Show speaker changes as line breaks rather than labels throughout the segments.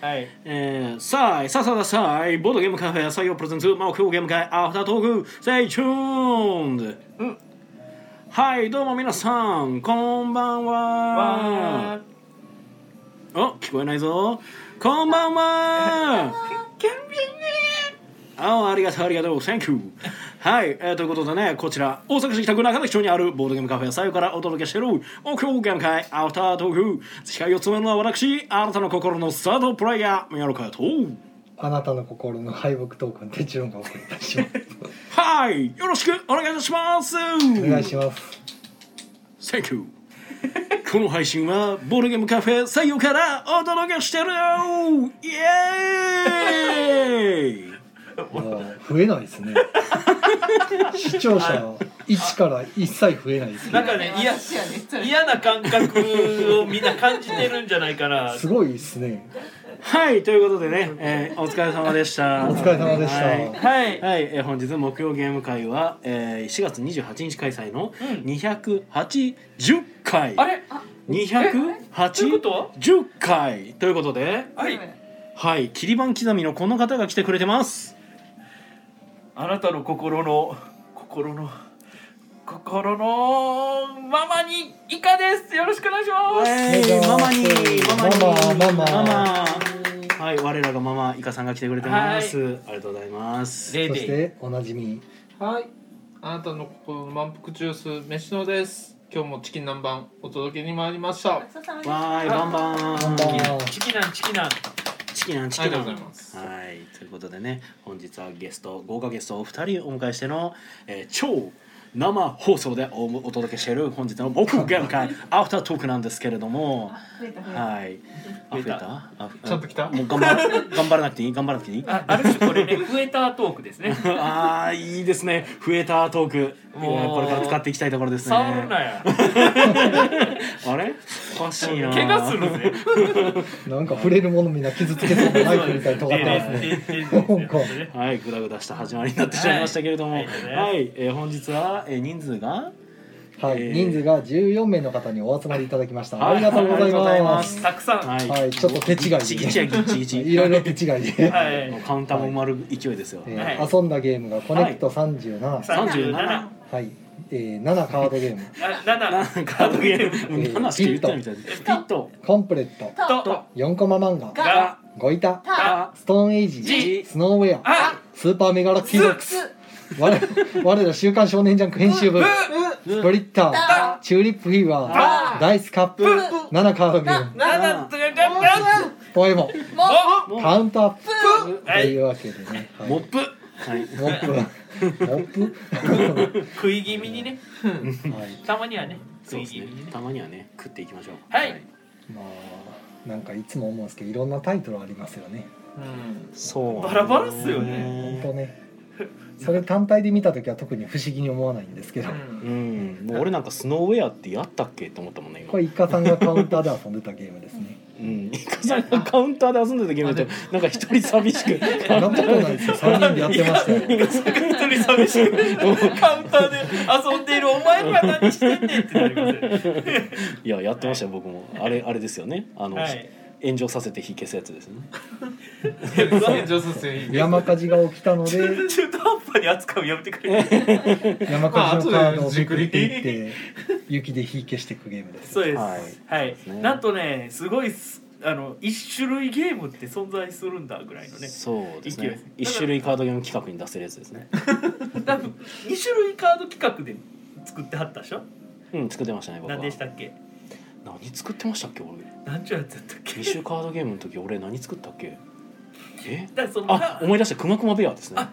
はい
えー、さあさあさあさあボードゲームカフェ採用プレゼンツ目標ゲーム会アフタートーク Stay tuned
うん
はいどうも皆さんこんばんは
わ
お聞こえないぞこんばんは
ーキャンピ
ああありがとうありがとう Thank you はい、えーということでねこちら大阪市北区中崎町にあるボードゲームカフェ左右からお届けしている目標ゲーム会アフタートーク司会を務めるのは私あなたの心のスタートプレイヤー宮野佳代と
あなたの心の敗北トークンテチロンがお送りいたします。
はい、よろしくお願いいたします。
お願いします。
Thank you。この配信はボードゲームカフェ採用からお届けしてるよ。イエーイ。
もう増えないですね。視聴者一から一切増えないです
なん
ね。
かねいや
ね
嫌な感覚をみんな感じてるんじゃないかな
すごいですね。
はい、ということでね、えーお疲れ様でした。
お疲れ様でした
は
は
い
い
はい、えー本日の木曜ゲーム会は、えー4月28日開催の
うん
280回、
あれということは
280回ということで、
はい
はい、切り板刻みのこの方が来てくれてます。
あなたの心の心の心のママにイカですよろしくお願いします
えーママにママに
ママママ
はい我らがママイカさんが来てくれてます、ありがとうございます
レ
そ
デ
し
ィー
ておなじみ
はいあなたの心の満腹ジュース飯野です今日もチキン南蛮お届けに参りましたあ
わーいバンバ
バンバ
ン
ン
チキナンチキナン
チキンなんチ
り
キンな
がと
ん
うござい
は
ます
いということでね本日はゲスト豪華ゲストをお二人お迎えしての、えー超生放送でおお届けしている本日の僕限 界アフタートークなんですけれども
増えた増えた
はいあ増え
増えた
たあ
ちゃんと来た
もう頑張ら頑張らなくていい頑張らなく ていい
あある種これね 増えたトークですね
ああいいですね増えたトークいや
おー
これから使っていきたいところですね
触るなや
あれおかしい
怪
な
我するぜ
なんか触れるものみんな傷つけそうなナイフみたいに尖ってますね。
は
はいグダグダした始まりになってしまいましたけれどもは、
はいいはい
えー本日は、えー人数が
はい、
えー
人数が14名の方にお集まりいただきました。
はい
ありがとうござい
ありがとうござい
ま
ますす。
たくさんは
はい、
はいちょっと手違いで
ギッチギチやギッチギチ
いろいろ手違いで、
もうカウンターも埋まる勢いですよ、
え
はい
ー遊んだゲームがコネクト37、はい
37
37
えー7カードゲーム、
あ七
なんかカードゲーム
えー
7しか言ってないみたいでピット
コンプレット、
と
と
4コマ漫画、
が
が
ゴイタ、
あ
ストーンエイジ、
じ
スノーウェア、
あ
スーパーメガラッキーボックス、我我ら週刊少年ジャンク編集部、スプリッター、チューリップフィーバ
あ
ー、ダイスカップ、7カードゲーム、
七とかがが
ポエモ、
も
お
カウントアップと
はい
いうわけでね、はい
モップはい
モップ、モップ、
食い気味にね
はい、
たまにはね
そ
食い
うです
気
ね
味にね
たまにはね食っていきましょう
はい
まあなんかいつも思うんですけど、いろんなタイトルありますよね。
うん
そう
バラバラっすよね
本当ね。それ単体で見た時は特に不思議に思わないんですけど。
うん、もう俺なんかスノーウェアってやったっけと思ったもんね今
これイカさんがカウンターで遊んでたゲームですね。
うん、イカさんがカウンターで遊んでたゲームでなんか一人寂しく
そんなことないですよ。三人でやってましたよ。
一人寂しくカウンターで遊んでいるお前らは何してんねんってなりますよね
いややってましたよ僕もあれあれですよねあの、
はい
炎上させて火消すやつで すね
天井すすい
山火事が起きたので、
中途半端に扱うのやめてくれ
山火事のカードをめくっていって、雪で火消していくゲームです。
そうです
はい
はい
ですね
なんとねすごいっすあの一種類ゲームって存在するんだぐらいのね
そうです
勢いです
ね一種類カードゲーム企画に出せるやつですね
多分2種類カード企画で作ってはったでしょ
うん作ってましたね僕は
何でしたっけ
何作ってましたっけ俺
何ちゅうやつやったっけ
二種カードゲームの時俺何作ったっけえ
だからその
あ
カ
思い出したくまくまベアですね
あ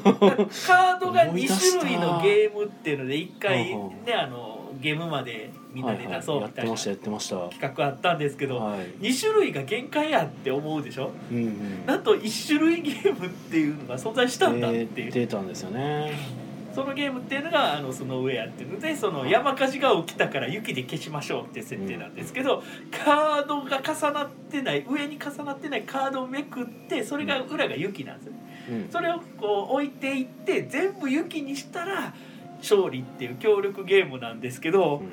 カードが
思
2
い出した
種類のゲームっていうので一回
ほうほう
ねあのゲームまでみんなで
はいは
出
い
そう
や
み
ったて
い
ま
な
したやってましたは
企画あったんですけど、
い
2種類が限界やって思うでしょ
うんうん
なんと1種類ゲームっていうのが存在したんだっていう、
出たんですよね
そのゲームっていうのがあのスノーウェアっていうのでその山火事が起きたから雪で消しましょうっていう設定なんですけど、カードが重なってない上に重なってないカードをめくってそれが裏が雪なんですよ
うん
それをこう置いていって全部雪にしたら勝利っていう協力ゲー ムなんですけど、
うん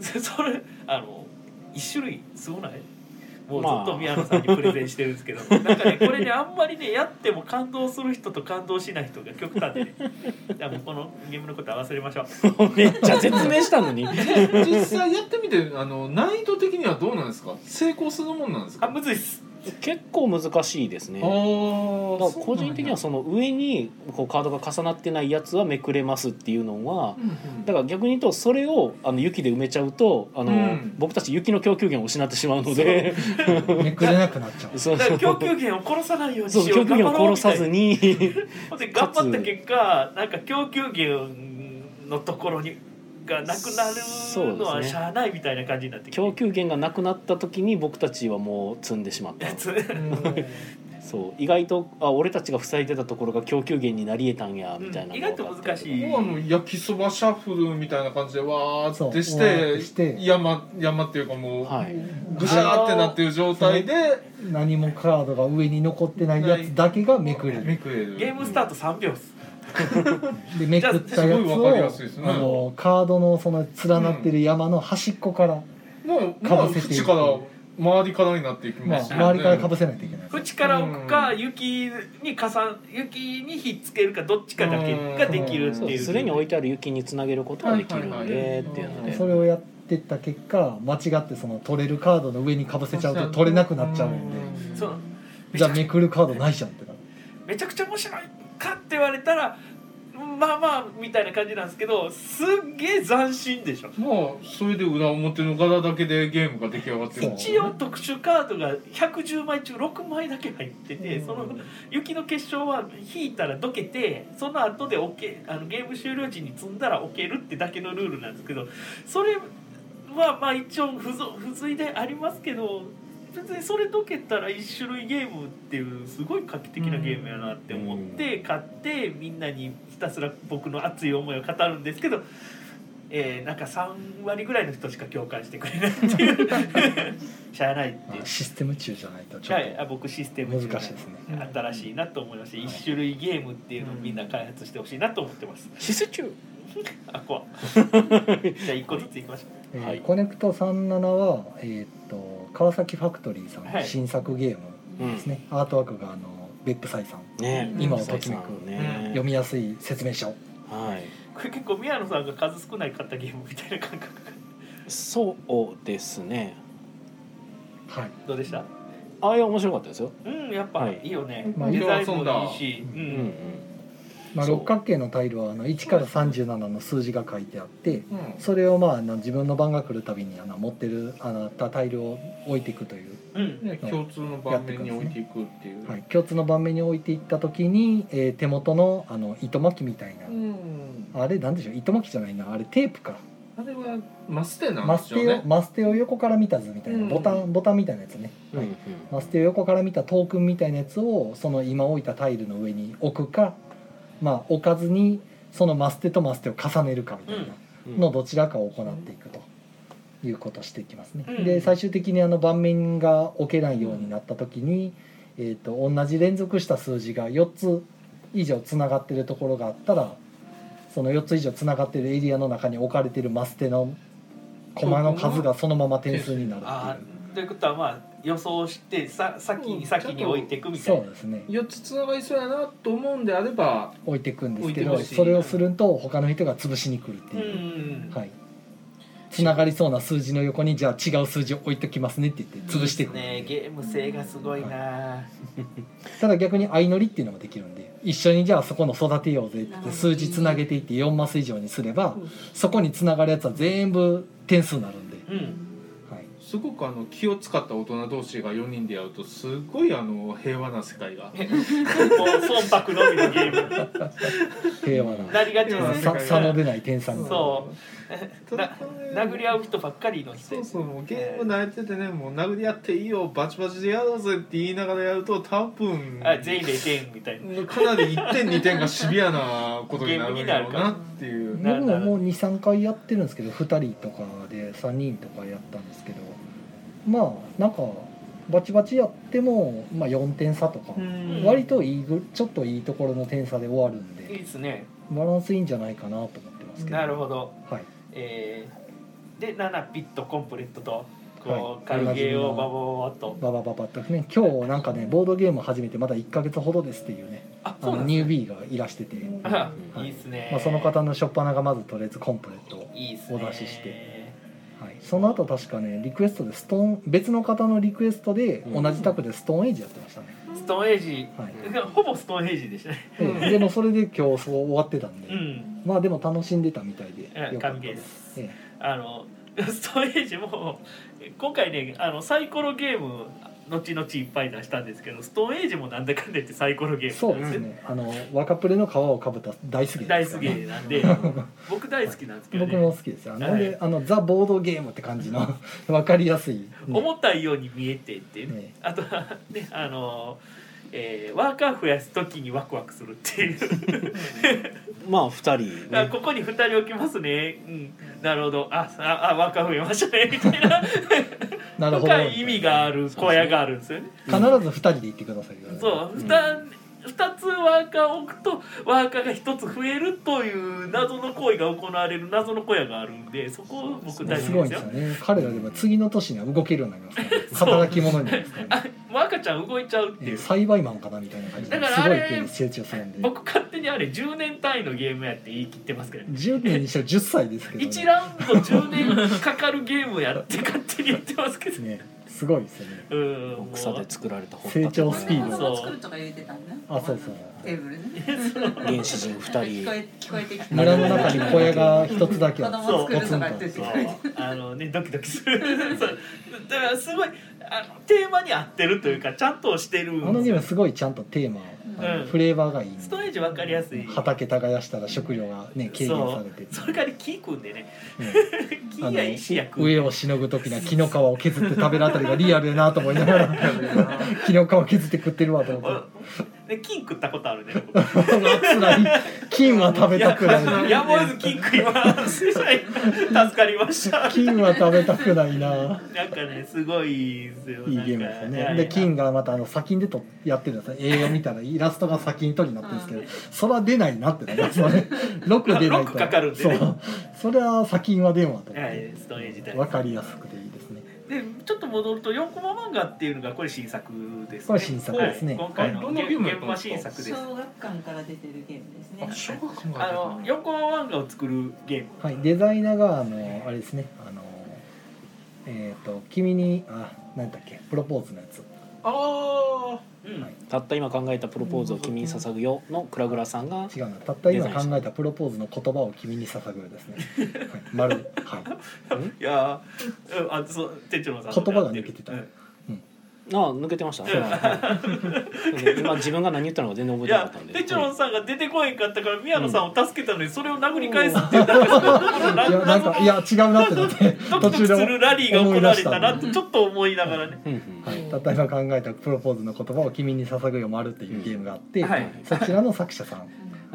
それあの1種類すごないもうずっと宮野さんにプレゼンしてるん ですけど、なんかねこれねあんまりねやっても感動する人と感動しない人が極 端でねじゃあもうこのゲームのことは忘れましょう
めっちゃ説明したのに
実際やってみてあの難易度的にはどうなんですか成功するもんなんです
あ
か
むずいっす
結構難しいですね
あー
だから個人的には
そ
その上にこうカードが重なってないやつはめくれますっていうのは
うなんやうんうん
だから逆に言うとそれをあの雪で埋めちゃうとあの、
うん
僕たち雪の供給源を失ってしまうので
めくれなくなっちゃ う
そう
だ
そ
から
うそ
供
う
給源を殺さないようにし
そ
よ
う
う
供給源を殺さず
に
に
で頑張った結果なんか供給源のところにがなくなるの
そう
は
ですね
しゃあないみたいな感じになってきて
供給源がなくなった時に僕たちはもう積んでしまった
や つ
そう意外とあ俺たちが塞いでたところが供給源になり得たんやみたいな
うん意外と難しい
もうあの焼きそばシャッフルみたいな感じでわーってし
そうわーっててして
山山っていうかもう、
はい
ぐしゃーってなってる状態で
何もカードが上に残ってないやつだけがめくれ
め
る
くれる
ゲームスタート3秒っす
でめくったやつ
じゃあすごいわかりやすいです
を
ね
あのカードのその連なってる山の端っこから、
もう
か
も
ぶ
う
せていく
縁から周りからになっていき
まあ、
ますよね、
周りからかぶせないといけない
縁から置くか雪に加算雪にひっつけるかどっちかだけができるって
そう
い
で
う
すでに置いてある雪につなげることができるんでっていうので
それをやってった結果間違ってその取れるカードの上にかぶせちゃうと取れなくなっちゃうんで
ん
そうめ
じ
ち
ゃあ
ゃくち
め
ゃ
くるカードないじゃんってなる
めちゃくちゃ面白いかって言われたらまあまあみたいな感じなんですけどすっげえ斬新でしょ
まあそれで裏表の柄だけでゲームが出来上がってるんです
一
よ
応
ね
特殊カードが110枚中6枚だけ入っててその雪の結晶は引いたらどけてその後で置けあのゲーム終了時に積んだら置けるってだけのルールなんですけどそれはまあ一応付属付随でありますけど別にそれどけたら一種類ゲームっていうすごい画期的なゲームやなって思って買ってみんなにひたすら僕の熱い思いを語るんですけど。えー、なんか3割ぐらいの人しか共感してくれないっていう しゃあないっていう
システム中じゃないとちょ
は
っ
い、あ僕システム
と難し
中
い
な
で
ん
すね
新しいなと思いまして、一種類ゲームっていうのをみんな開発してほしいなと思ってます。
施設中
あ、 怖。じゃあ一個ずついきましょ
えー
はい
コネクト37は、えーっと川崎ファクトリーさん
は
の
い
新作ゲーム
うん
ですね、アートワークがあの別府斎さん
ね
今を
水
とき
さ
めく
ん
読
ね
みやすい説明書
はい。
う。これ結構宮野さんが数少ない買ったゲームみたいな感覚。
そうですね。
はい
どうでした？
あいや面白かったですよ。
うん、やっぱ
はい
いいよね。
まあ
デザインもいいし、う。
うん
まあ、
そう
六角形のタイルはあの1から37の数字が書いてあって
うん
それをまああの自分の番が来るたびにあの持ってるあのタイルを置いていくという、
うん。
ね共通の盤面に置いていくっていう、
はい、共通の盤面に置いていった時に、えー手元のあの糸巻きみたいな、
うん
あれなんでしょう糸巻きじゃないなあれテープか
あれはマステなん
マ
で
ス
す
テ
よ
を
ね
マステを横から見た図みたいな、
うん
ボタンボタンみたいなやつね、
うんうん。
マステを横から見たトークンみたいなやつをその今置いたタイルの上に置くかまあ置かずにそのマステとマステを重ねるかみたいな。
うん
のどちらかを行っていくということをしていきますね。
うん
で最終的にあの盤面が置けないようになった時に、えー、と同じ連続した数字が4つ以上つながってるところがあったらその4つ以上つながってるエリアの中に置かれてるマステの駒の数がそのまま点数になる
あ
っていう。
ー、ということはまあ予想してさ先に先に置いていくみた
そ
いう
ですね
4つつながりそうやなと思うんであれば
置いていくんですけ
置
ど
いてほしい
それをすると他の人が潰しに来るって
な。う
い
ん。
う、はい、つながりそうな数字の横にじゃあ違う数字を置いときますねって言って潰していく
いいっすねゲーム性がすごいな。
ただ逆に相乗りっていうのもできるんで一緒にじゃあそこの育てようぜって言って数字つなげていって4マス以上にすればそこにつながるやつは全部点数になるんで、
うん。
はい、
すごくあの気を使った大人同士が4人でやるとすごいあの平和な世界が
もう損白のみのゲーム。
平和な
なりがちですね。
さ差の出ない点差に
そうな殴り合う人ばっかりの人
そうそうもうゲーム慣れててねもう殴り合っていいよバチバチでやろうぜって言いながらやると多分
あ全員で全員みたいな
かなり1点2点がシビアなことになるんだろうなっていう
な
僕
る
ももう23回やってるんですけど2人とかで3人とかやったんですけどまあなんかバチバチやっても、まあ、4点差とか
うん
割といいぐちょっといいところの点差で終わるん
いい
で
ですね
バランスいいんじゃないかなと思ってますけど
なるほど
はい
えー、で7ピットコンプレットとこう軽ゲーをババババッと
ババババッとね今日なんかねボードゲーム始めてまだ1か月ほどですっていうね
あ
あ
そう
の
なん
ニ
で
ュ
す
ー
ね
ビーがいらしてて、
あ
はい
いいっすね
まあ、その方の初っ端がまずとりあえずコンプレットを、
いいっすね
お出ししてはい、その後確かねリクエストでストーン別の方のリクエストで
うん
同じ卓でストーンエイジやってましたね、
ストーンエイジ
はい
でもほぼストーンエイジでしたね
うん
ええでもそれで今日そう終わってたんで、
うん
まあでも楽しんでたみたいで
ええ
よかっ
神
た
ゲー
で
ですす、
え
あのストーンエイジも今回ねあのサイコロゲーム後々いっぱい出したんですけどストーンエイジもなんだかんだ言ってサイコロゲー
え
ム
そう
なん
で
ですす
ねあの若プレの皮をかぶった大好き
大
です
好き
からね
なんで僕大好きなんですけど、ね、
僕も好きですよ、
はい
なんであのザ・ボードゲームって感じの分かりやすい、ね
思ったように見えてっていうね、
ね
あとはねあのえーワーカー増やす時にワクワクするっていう
まあ二人、
あ
ね、
ここに2人置きますねうんなるほどあああワーカー増えましたねみたいな
なるほど
深い意味がある小屋があるんですよね
必ず2人で行ってくださいよ
そう、
うん
二2つワーカーを置くとワーカーが1つ増えるという謎の行為が行われる謎の小屋があるんでそこを僕大
す
好
ご
き
いん
で
ですす
よ
よね彼らでも次の年には動けるようになりますから、ね、
そう
働き者になります から、
あ
ね
もう赤ちゃん動いちゃうって
え
い
ー
う
栽培マンかなみたいな感じで
だから
すご
あ
い
れ
ペース成長するんで
僕勝手にあれ10年単位のゲームやって言い切ってますけどね
10年にしては10歳ですけど、
1ラウンド10年かかるゲームやって勝手にやってますけど
ねすごいですよね
うんもう
草で作られた掘
成長
った
スピード
そう
作るとか言ってたんだ。
あそうそう
テーブルね。
原始人二
聞
人
こえ聞こえてきた。
村の中に小屋が一つだけあって
子供作るとか言って
そ
て
う。あのねドキドキする そうだからすごいあのテーマに合ってるというかちゃんとしてるんですよ
あのゲームすごいちゃんとテーマ、あの
うん
フレーバーがいいんで
ストレージ分かりやすい
畑耕したら食料がね軽減されて
そうそれから木組んでね 木
あの
や石や組んで
上をしのぐ時の木の皮を削って食べるあたりがリアルやなと思いながら 木の皮を削って食ってるわと思って。
おで金食ったことあるね 僕
辛い金は食べたくない
やむを得ず金食います 助かりました
金は食べたくないな
なんかねすごいですよ
いい
なんか
ゲームですよ
は
ね
い
で金がまたあの先にでとやってるんですね栄養見たらイラストが先にとになってるんですけどそれは出ないなってなります よね6出ないと
六かかるんでね
そうそれは先は電話と
はいストレージ大
分
好
かりやすくていいですね
きでちょっと戻ると4コマ漫画っていうのがこれ新作ですね
これ新作ですね
はい今回
あ
の
どんなゲームやっ
現
たん
場
ですか
新作です
小学館から出てるゲームですね
あ。小学校
あの4コマ漫画を作るゲーム
はいデザイナーがあのあれですねあのえっ、と君にあ何だっけプロポーズのやつ
あ
うん
はい
たった今考えたプロポーズを君に捧ぐよのクラグラさんが
違うなたった今考えたプロポーズの言葉を君に捧ぐようですね、はい、丸はい
いやーうんあそう店長のさん
言葉が抜けてた
うん
ああ抜けてました、はい今自分が何言ったのか全然覚え
い
てなか
や
ったんで
テチロ
は
ンさんが出てこへんかったから宮野さんを助けたのにそれを殴り返すっていうなんか
いやなんかいや違うなってな って
ドキド
途
キ
中
す
で
るラリーが
思
行
い
わ
出
れ
した
た
ん
なっ
で
てちょっと思いながらね
いうんうん
はい、たった今考えたプロポーズの言葉を君に捧ぐよ丸っていうゲームがあって、
うんはい
そちらの作者さん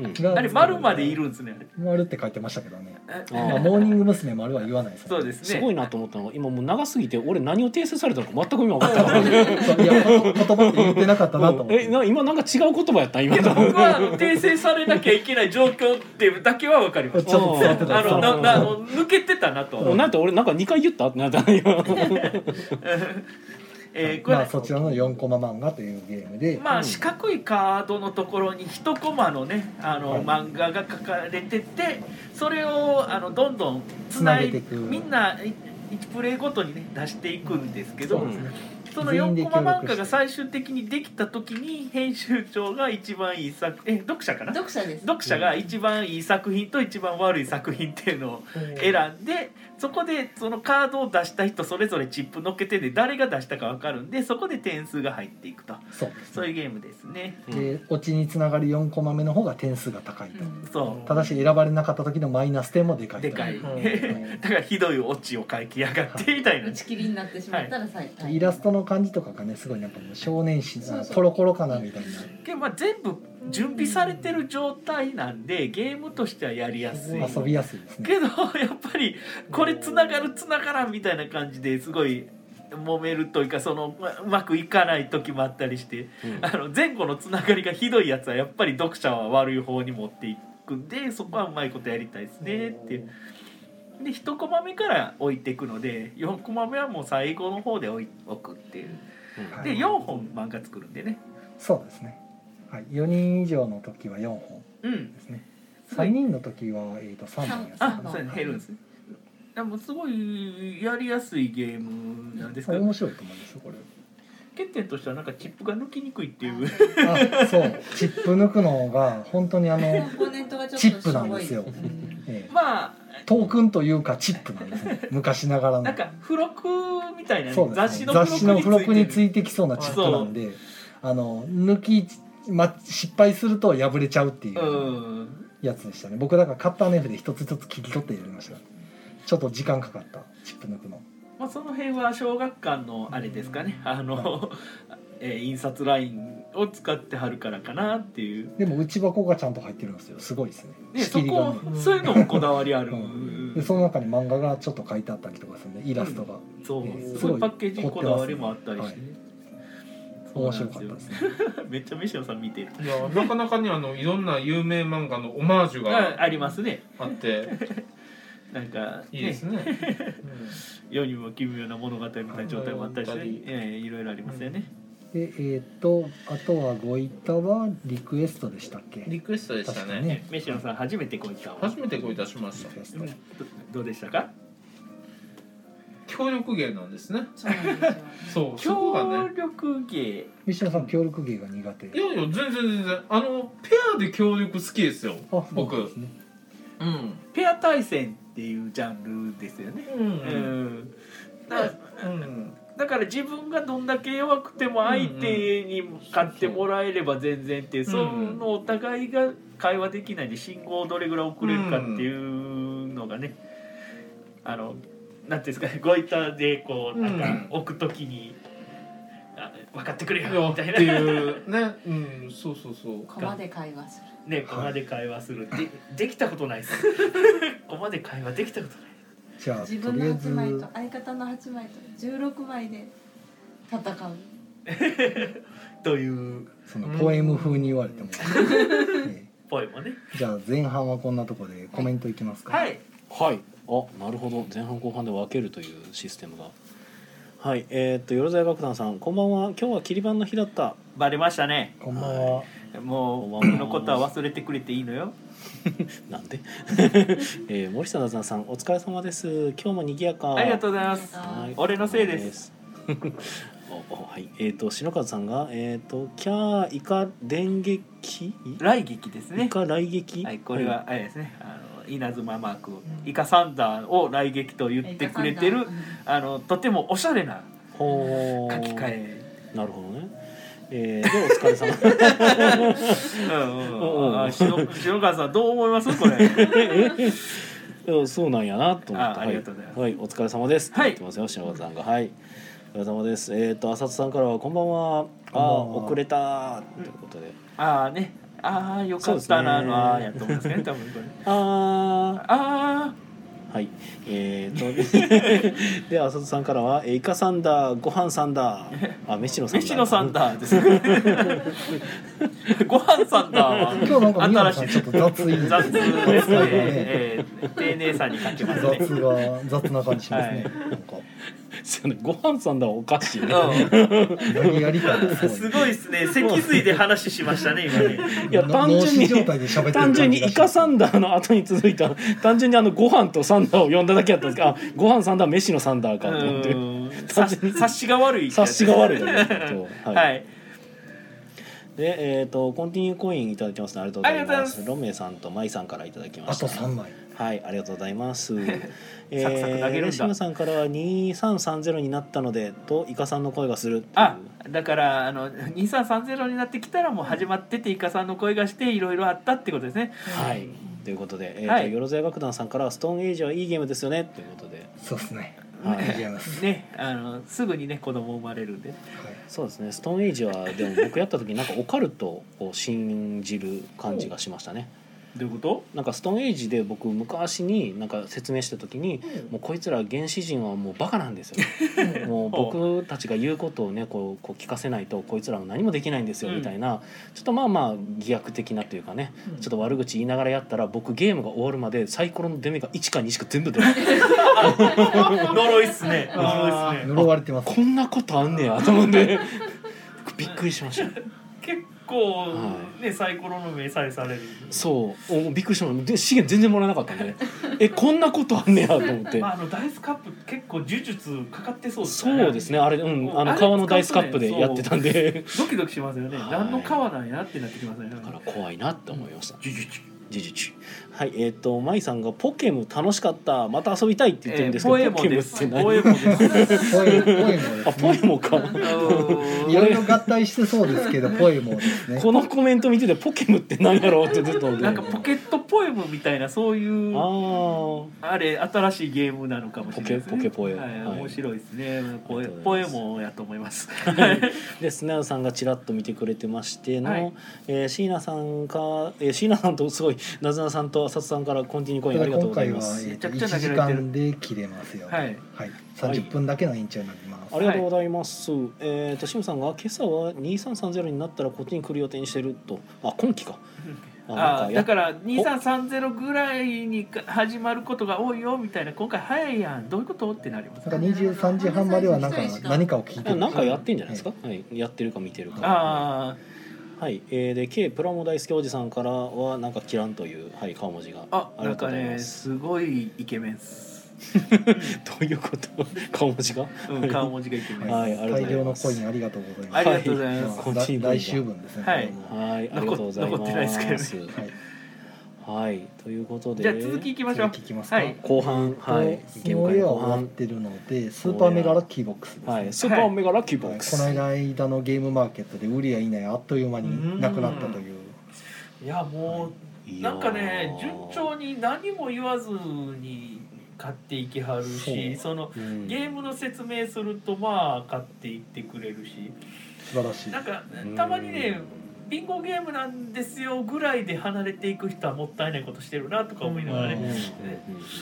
うん
が
あれ丸までいるんですねあれ
丸って書いてましたけどね、
あ
まあ、
ー
モーニング娘。丸は言わないですね
そうですね
すごいなと思ったのが今もう長すぎて俺何を訂正されたのか全く今分からなかった
そういや言葉って言ってなかったなと思って
えな今なんか違う言葉やった今
けど
の
僕はあの訂正されなきゃいけない状況ってだけは分かりまし
ちょっと伝わって
うん
た
た
あの
伝わ
な
って
な
た
あの抜けてたなと、
なんて俺なんか2回言ったってなったの今
えーこれ
まあ、そちらの4コマ漫画というゲームで、
まあ四角いカードのところに一コマのねあの漫画が書かれててそれをあのどんどんつない
つな
で
げていく
みんな1プレイごとにね出していくんですけ
そ
ど
うですね
その
全員で
4コマ漫
協力
画
して
が最終的にできた時に編集長が一番いい作え読者かな
読者です。
読者が一番いい作品と一番悪い作品っていうのを選んでそこでそのカードを出した人それぞれチップのっけてで誰が出したか分かるんでそこで点数が入っていくと
そうです
そう
ね
いうゲームですね。
でオチにつながる4コマ目の方が点数が高いと、
うん
そ
ただし選ばれなかった時のマイナス点もでかいうと
でかい、
う ん
だからひどいオチを書きやがってみたいな
打ち切りになってしまったら最大変
イラストの感じとかがねすごいなんかもう少年誌
そうそう
コロコロかなみたい
けどまあ全部準備されてる状態なんでゲームとしてはやりやすい
な遊びやすいですね
けどやっぱりこれつながるつながらんみたいな感じですごい揉めるというかそのまうまくいかない時もあったりしてあの前後のつながりがひどいやつはやっぱり読者は悪い方に持っていくんでそこはうまいことやりたいですねっていう。で1コマ目から置いていくので4コマ目はもう最後の方で置い置くっていう
は
で
い
4本漫画作るんでね
そうですね。はい、4人以上の時は4本
うん
ですね。
すごい
3人の時はえっ、と3本やった
あ
かな
そうやね減るんですねでもすごいやりやすいゲームなんですけど
面白いと思うんですよこれ。
欠点としてはなんかチップが抜きにくいっていう
あ、そう。チップ抜くのが本当にあの、
コ
え
ンポーネントがちょっと
チップなんですよ
しょぼいうん
え
ま
トークンというかチップなんですね。昔ながら
あなん
の。
か付録みたいなね、
そうで
雑
す
誌
ね。
の
雑誌の付録につ
いて
いてきそうなチップなんで、あの抜きま失敗すると破れちゃうってい
るう
う。
ん
やつでしたね僕だからカッターナイフで一つ一つ切り取ってやりましたちょっと時間かかったチップ抜くの
まあ、その辺は小学館のあれですかねあの、えー印刷ラインを使ってはるからかなっていう、
でも内箱がちゃんと入ってるんですよすごいですね
ね、
仕
そ
切りが
こ
ね
そういうのもこだわりある、
う
う
で
ん
その中に漫画がちょっと書いてあったりとかするんでイラストが、
そう
えー
すごいパッケージにこだわりもあったりして、ねそう
面
なん
白
で
か
す
っ
よ
たですね
めっちゃ飯野さん見てる
いやなかなかにあのいろんな有名漫画のオマージュ
あ
が
ありますね
あって
なんか、
いいですね。
世にも奇妙な物語みたいな状態もあったりして、
あ
ね
の
ええいろいろありますよね、
でえーっとあとはごいたはリクエストでしたっけ
リクエストでした
確か
ね。
にね
飯野さん初めてこういったわ
初めて声出しまし
リ
た。
クエス
う
ト
んどどうでしたか
協力芸なんですね。
そうなんですよ
そう、そこが
協
ね。
力芸
西野さん協力芸が苦手
いやいや、全然全然、あの、ペアで協力好きですよ。
あそう
僕。
なんで
う
すね
ん。
ペア対戦っていうジャンルですよね。
う。
うんんだ
うん。
だから自分がどんだけ弱くても相手に勝ってもらえれば全然っていう
うん
そのお互いが会話できないで信号をどれぐらい送れるかっていうのがねあのなんていうんですかねごいたでこうなんか置くときに「あ分かってくれ
いや
よ」
っ
み
て
たいな
いうね、うん、そうそうそう。
駒で会話する
ねこまで会話するでできたことないです ここまで会話できたことない。
じゃあと
自分
り
の
あえ
8枚と
ず
相方の8枚と16枚で戦う
という
そのポエム風に言われても、え
ポエムをね。
えじゃあ前半はこんなところでコメントいきますか、
はい
はい、あなるほど前半後半で分けるというシステムがはいえーっとよろずや楽団さんこんばんは今日は切り板の日だった
バレましたね
こんばんは、
もう
こんばんは
僕のことは忘れてくれていいのよ
なんで、 えー、森下なずなさんお疲れ様です今日も賑やか
ありがとうございます
はい
俺のせいです。
おおはい、えっ、と篠和さんがえっ、とキャーイカ電撃
来劇です
イ
ね
カ雷撃、
はいこれはあれですねあの稲妻マークイカサンダーを来劇と言ってくれてるあのとてもおしゃれな
ほう
書き換え
なるほどね。えー、でお疲れ様。
うんうん
うんうん
あ篠篠川さんどう思いますこれ
うん そうなんやなと思っ
あ
て。
ありがとうございます
はい、はいお疲れ様です。
はい
言ってますよ、篠川さんが。はい。お疲れ様です。えっ、と、浅田さんからは、こんばんは。あ
ん
あ、
ばんは
遅れた。ということで。
ああねああよかったな
そうですね
のあーやと思うんですね多分これ
あ
あ
あ、はい。えー、と。で、 浅田さんからは、えーイカさんだ、ご飯さんだ。あ、飯野
あ
さんだ。
飯野サンダーですね ご飯サンダー
今日なんか宮野さ
新
ん
しい
ちょっと雑いですね
雑ですね。えー丁寧さに書きますね。
雑が雑な感じしますね、なん か
そうねご飯さんだはおかしいね。
何やりたい
うん
です
す
い
ごいですね。脊髄で話しましたね今ね。
いや
の
単純に
脳死状態で喋ってる
単純にイカサン
だ
ダーの後に続 いた単純にあのご飯とサンダーを呼んだだけだったんですけどあご飯サンダー飯のサンダーかと思って
うんさ察しが悪い。
察しが悪いよね
は。
はいい
はい。
でえっ、とコンティニューコインいただきますねありがとうござい
ありがとう
ま
ござ
す
います
ロメさんとマイさんからいただきま
あ
した
と三枚
はいありがとうございます え
サクサク投げるんだ
ー、レシムさんからは2330になったのでとイカさんの声がするっていう
あ、だからあの二三三ゼロになってきたらもう始まっててイカさんの声がしていろいろあったってことですね。
はいということで、えーと
はい
よろずや楽団さんから「ストーンエイジはいいゲームですよね」ということで、
そうですね
はい、
違います、
ね、あのすぐにね子供生まれるんで。
そうですね。ストーンエイジはでも僕やった時なんかオカルトを信じる感じがしましたね。
どういうこと
なんかストーンエイジで僕昔になんか説明した時に、もうこいつら原始人はもうバカなんですよ、もう僕たちが言うことをねこうこう聞かせないとこいつらも何もできないんですよ
うん
みたいな、ちょっとまあまあ偽悪的なというかね、
うん
ちょっと悪口言いながらやったら僕ゲームが終わるまでサイコロの出目が1か2しか全部出ない
呪いっすね呪いっ
あー
すね
呪われてます
こんなことあんねやと思ってびっくりしました
結構
は
ねサイコロの目さえされる
そうおびっくりしましたで資源全然もらえなかったん でねえこんなことあんねやと思って
まああのダイスカップ結構呪術かかってそうですね
そうですねあれうんあ
あ
の
れ
川のダイスカップでやってたんで
ドキドキしますよね
はい
何の川なんやなってなってきますよね
だから怖いなって思いました
呪術
事実はいえっ、とまいさんが「ポケム楽しかったまた遊びたい」って言ってるんですけど、
えーポ
ポ
エ
ケ
モ
ム
で
っ
す
て何
ポエモです
ポエポエモ
あ
です
ポエ
ね
モか
いろいろ合体してそうですけどポエモですね
このコメント見てて「ポケムって何やろ?」ってずっと思って
なんかポケットポエムみたいなそういう
あ
あ
ー
れ新しいゲームなのかもしれないですね
ポケポケポエ
はい
はい
面白いですねポエ
ありがとうご
ポ
ざい
エ
ます
モやと思います
でスネアさんがちらっと見てくれてましての、
はい
えー椎名さんか、えー、椎名さんとすごいなずなさんと浅津さんからコンティニューコインあ
ただ
りがとう
今
ございます
回はえっと
めちゃくちゃ
1時
投げられてる
間で切れますよ
はい
はい30分だけの延長になります
ありがとうございます。えっ、と、しむさんが今朝は二三三ゼロになったら、こっちに来る予定にしてると。あ、今期か。あ
あ
なん
だ
かや
から2330ぐらいにか始まることが多いよみたいな今回早いやんどういうことってなります
なんか23時半まではなんか
一人しか
何かを聞いて
あ
る
なんかやってんじゃないですか、はい、やってるか見てるか
あ
はい、えー、で K プラモ大好きおじさんからはなんかキランという、はい、顔文字が
ーあ
り
な
が
ん
と
か
うござい
ね
ます
すごいイケメンっす、
どういうこと顔文字が
うん、顔文字がイケメンっす
は
はいい、
ありがとうござ
大
い
量
ま
の
す
コインありがとうござい
あ
ます。
りがとうございます、
コンティニー
だ来週分ですね。
はい
こ
はいありがとうございます
残ってないですけ
れもはい、
はい、ということで
じゃあ続きいきましょう
続きいきますか
はい
後半はい
ゲームは終わってるので、スーパーメガラッキーボックスですね。
はいスーパーメガラッキーボックス、
はいこの間のゲームマーケットで売りやいないあっという間になくなったという。
いやもう
いや
な
ー
んかね順調に何も言わずに買っていきはるしその
うん
ゲームの説明するとまあ買っていってくれるし
素晴らしい。
なんかたまにね
うん
ビンゴゲームなんですよぐらいで離れていく人はもったいないことしてるなとか思いながらね
うんうんうん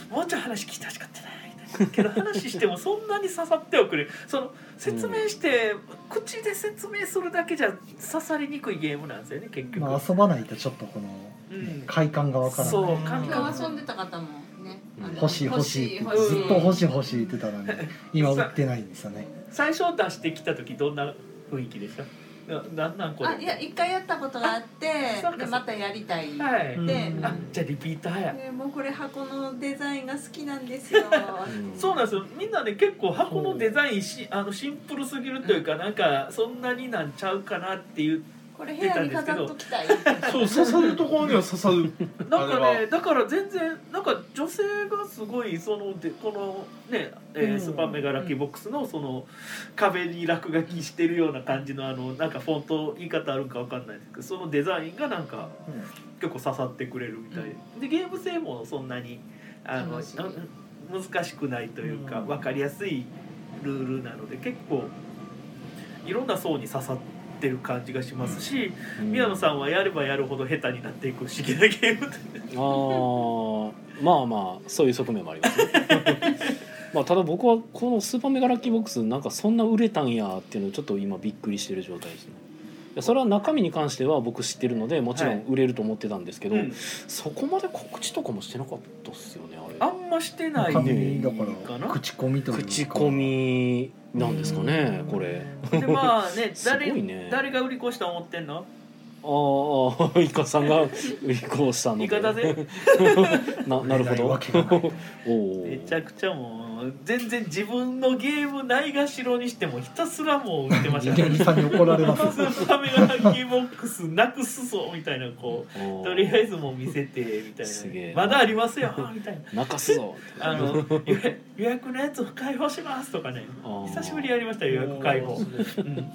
もうちょい話聞いてほしかったなみたいなけど話してもそんなに刺さってはくれんその説明して、口で説明するだけじゃ刺さりにくいゲームなんですよね結局、
まあ遊ばないとちょっとこの、
うん
快感がわから
そう
ない。
感
今
覚
日遊んでた方もねあの
欲しい欲しいずっ
しい
と欲しい欲しい言ってたのに今売ってないんですよね。
最初出してきた時どんな雰囲気でしたななんなんこれ
あいや一回やったことがあって
そうか
でまたやりたい、
はい、
うん
で
あじゃあリピーターや、
でもうこれ箱のデザインが好きなんです よ
うん
そうなんですよみんなね結構箱のデザインしあのシンプルすぎるというかなんかそんなになんちゃうかなっていう
これ部屋に飾っときたい
そう刺さるところには刺さる
なんか
あれ
ねだから全然なんか女性がすごいそのでこのね、えー
うん
スーパーメガラキーボックスのその壁に落書きしてるような感じのあのなんかフォント言い方あるんかわかんないですけどそのデザインがなんか結構刺さってくれるみたいで,、でゲーム性もそんなにあの
楽しい
な難しくないというか
うん
分かりやすいルールなので結構いろんな層に刺さってる感じがしますし、宮野さんはやればやるほど下手になっていく不思議なゲームと
あーまあまあそういう側面もあ りますねまあただ僕はこのスーパーメガラッキーボックスなんかそんな売れたんやっていうのをちょっと今びっくりしてる状態ですねいやそれは中身に関しては僕知ってるのでもちろん売れると思ってたんですけど、
うん
そこまで告知とかもしてなかったっすよねあ
あ
れ
んましてない
完
か
全にだから
な。
口コミというか。
口コミなんですかね
うん
これ
でまあ ね
すご
誰
いね
誰が売り越した思ってんの？
ああイカさんが売り越したの
イカだぜ。
ななるほど
わけ がないと
おお
めちゃくちゃもう全然自分のゲームないがしろにしてもひたすらもう売ってましたね。
店員さんに怒られますよ。
スーパーメガラッキーボックスなくすぞみたいなこうとりあえずもう見せてみたい
すげえ
なまだありますよ みたいな
泣かすぞ
あの予約予約のやつ開放しますとかね
あー
久しぶりやりましたよ予約開放うん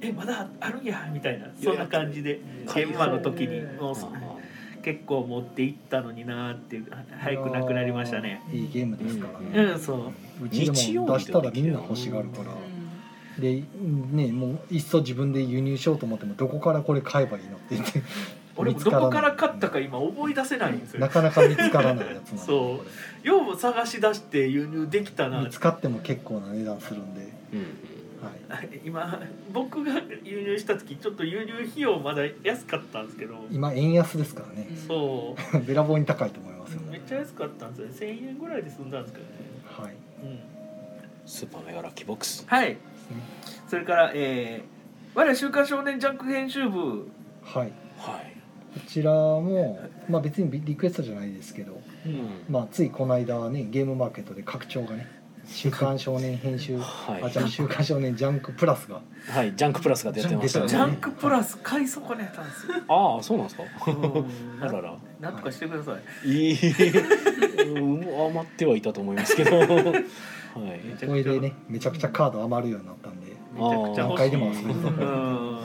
えまだあるんやみたいなそんな感じで
開
現
放
場の時にもう
あ
結構持って行ったのになーっていう早くなくなりましたね
いいゲームですから
う
ね。
んそう
うちでも出したらみんな欲しがるから。でねもういっそ自分で輸入しようと思ってもどこからこれ買えばいいのって言って
俺もどこから買ったか今思い出せないんですよ
なかなか見つからないやつなんで
そう
こ
よう探し出して輸入できた
れ
な
見つかっても結構な値段するんで、
うんうん
はい、
今僕が輸入した時ちょっと輸入費用まだ安かったんですけど
今円安ですからね
そ
べらぼうに高いと思いますよ
うめっ
ね、
ちゃ安かったんですよね1000円ぐらいで済んだんですけどね、
はい、
うん、
スーパーメガラッキーボックス
はいそれからえー、我ら「週刊少年ジャンク」編集部、
はい、
はい、
こちらも、まあ、別にリクエストじゃないですけど、
うん
まあ、ついこの間ねゲームマーケットで拡張がね「週刊少年編集」
はい
あじゃあ「週刊少年ジャンクプラスが」
はい、ジャンクプラスが出てましたね
ジャンクプラス買い損ねたん ですよ
ああそうなんですか
うん
あらら
なんとかしてください、
いいうん余ってはいたと思いますけどはい
これでねめちゃくちゃカード余るようになったんで
めちゃくちゃ
何
欲
回
し
で
い
も遊べるぞ
うん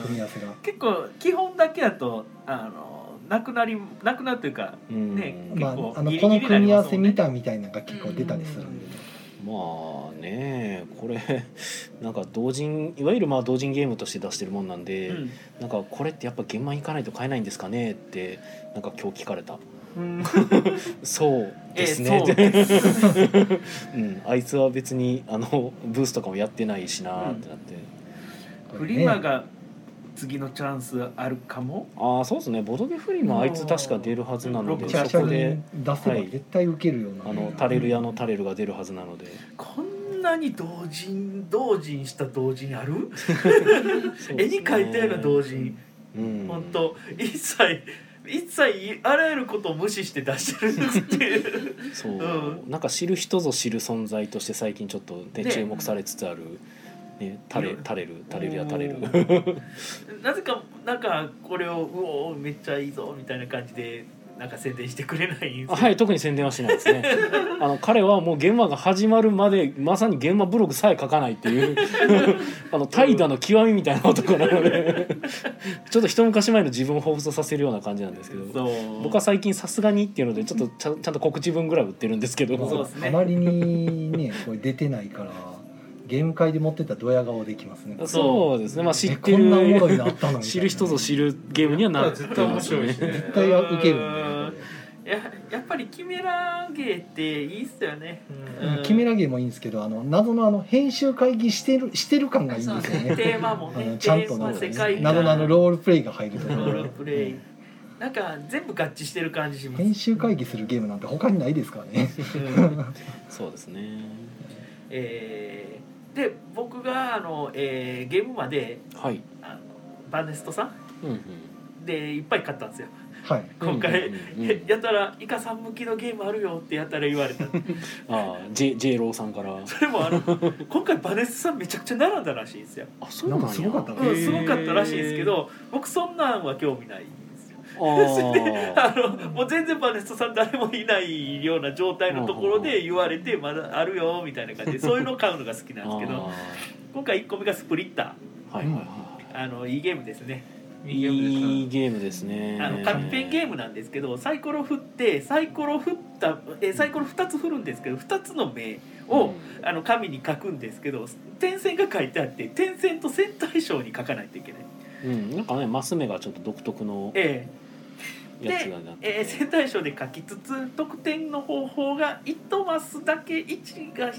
組み合わせが。
結構基本だけだとあのなくなりなくなるというか
うん
ね
まあ、
結構
あの
ギリギ
こ
リ
の
になりますもんね
組み合わせ見たみたいなのが結構出たりするんでね、
まあねこれ なんか同人いわゆるまあ同人ゲームとして出してるもんなんで、
うん
なんかこれってやっぱ現場に行かないと買えないんですかねってなんか今日聞かれたそうですね、
ええそうで す
うん、あいつは別にあのブースとかもやってないしなってなって、
フリマが次のチャンスあるかも
ああそうですねボドゲフリもあいつ確か出るはずなの
う
で
ん
めちゃくち
そ
ゃ
こ
に出
で
せば絶対受けるような、
あのタレル屋のタレルが出るはずなので
こんなに同人同人した同人ある、
そう で
絵
すね
に描いたような同人、
うん
本当一切一切あらゆることを無視して出してるっていう
そう、
うん
なんか知る人ぞ知る存在として最近ちょっと、ね
ね
注目されつつある、ね、タレタレルタレルやタレル
うん なぜかなんかこれをうおーめっちゃいいぞみたいな感じでなんか宣伝してくれないんですよ
あはい特に宣伝はしないですねあの彼はもう現場が始まるまでまさに現場ブログさえ書かないって いうあの怠惰の極みみたいな男なのでちょっと一昔前の自分を彷彿とさせるような感じなんですけど
そう
僕は最近さすがにっていうのでちょっとちゃんちゃんと告知文ぐらい売ってるんですけど
まあ
そうですね
あまりに ねこれ出てないからゲーム会で持ってったらドヤ顔できますね
そうですねまあ知っ
え
て
こんなおもろ
る
いのあったのみたいな
知る人ぞ知るゲームにはなって
絶対面
ますよ
白い
ね
しね
絶対は受けるんだよね
ややっぱりキメラ芸っていいっすよね
これうんキメラゲーもいいんですけどあの謎のあの編集会議してるしてる感がいいんですよね
テーマも
あの
ね
ちゃんと
テー
な
マ
んか
世
ね
界観
謎のあのロールプレイが入るとこ
ロール
ろ
プレイなんか全部合致してる感じします
編集会議するゲームなんて他にないですか らね
うん
そうですね
えーで僕があの、えーゲームまで
はい、
あのバネストさ
うんうん、
んでいっぱい買ったんですよ
はい
今回、
うんうんうん
やったら「イカさん向きのゲームあるよ」ってやったら言わ れた
ああ J, J ローさんから
それもあの今回バネストさんめちゃくちゃ並んだらしいんですよ、
あそう
なんかすごかった
うん、すごかったらしいんですけど僕そんなんは興味ないんですよ
あ
あのもう全然バネストさん誰もいないような状態のところで言われてまだあるよみたいな感じでそういうのを買うのが好き
あ
なんですけど
は
今回1個目がスプリッタ
いはいは
ーあのいいゲームですね
いいいゲームですね
あの紙ペンゲームなんですけどサイコロ振ってサイコロ振ったえサイコロ2つ振るんですけど2つの目を、あの紙に書くんですけど点線が書いてあって点線と線対称に書かないといけない。
うん、うんなんかねマス目がちょっと独特の
え
やつがなっ
ええ
て
ー、線対称で書きつつ得点の方法が1マスだけ1が、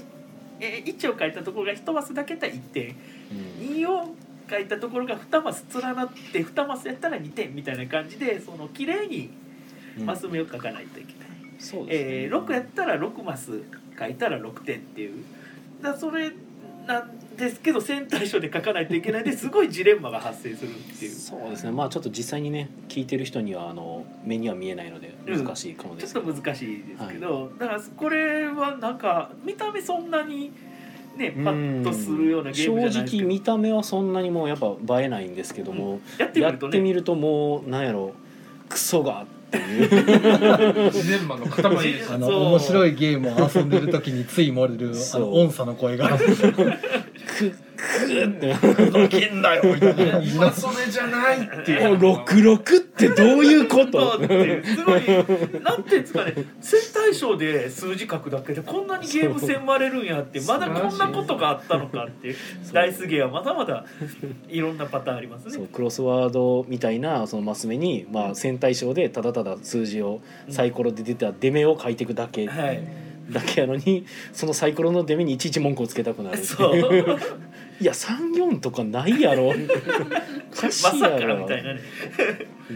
えー、1を書いたところが1マスだけやったら1点
うん
2を書いたところが2マス連なって2マスやったら2点みたいな感じでその綺麗に
うん
マス目を書かないといけない。
そうですね
えー、6やったら6マス書いたら6点っていうだからそれなんですけど線対称で書かないといけないんですごいジレンマが発生するっていうち
そうですねまあちょっと実際にね聞いてる人にはあの目には見えないので
うん
難しいかもで
ょっ
すけ
と
ど、
難しいですけど、だからこれはなんか見た目そんなにねパッとするようなゲームじゃな
正
いですけ
直
ど
見た目はそんなにもうやっぱ映えないんですけども、
やってみ
や
る
っ
と
て
ね
みるともうなんやろクソがっていう
ジレンマの塊です
そ
あ
う
の面白いゲームを遊んでる時につい漏れるあ
そう
の音差の声が
クククって
できんだよみたいな今それじゃないってい う
六六ってどういうこ
だ
と
ってすごいなんていうんですかね戦隊賞で数字書くだけでこんなにゲーム戦まれるんや ってまだこんなことがあったのかっていうダイスゲーはまだまだいろんなパターンあります
そう
ね。
クロスワードみたいなそのマス目に、まあ、戦隊賞でただただ数字をサイコロで出た出目を書いていくだけ、
はい、
だけやのにそのサイコロの出目にいちいち文句をつけたくなる
そう
いや34とかな いやろおか
ま
し
さ
い
か
や
み
ろ
たいなね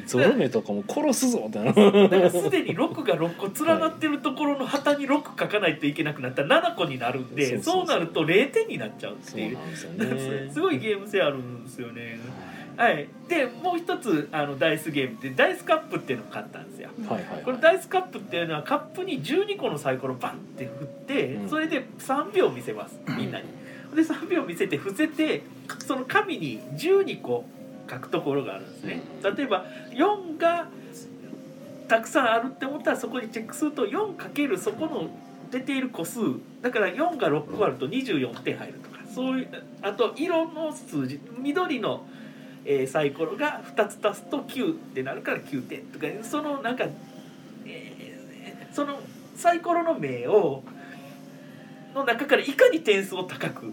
ゾロ目とかも殺すぞってな
だからすでに6が6個連なってるところの旗に6書かないといけなくなったら7個になるんで
そうそ
そう
そう
うなると0点になっちゃうって
そう
いう
なんですよ ね
すごいゲーム性あるんですよね。はい、でもう一つあのダイスゲームでダイスカップっていうのを買ったんですよ。
はいはい
これ
はい
ダイスカップっていうのはカップに12個のサイコロバンって振って、
うん
それで3秒見せますみんなに。で3秒見せて伏せてその紙に12個書くところがあるんですね。例えば4がたくさんあるって思ったらそこにチェックすると 4× そこの出ている個数だから4が6個あると24点入るとかそういうあと色の数字緑のえーサイコロが2つ足すと9ってなるから9点とかそのなんか、えーそのサイコロの目をの中からいかに点数を高く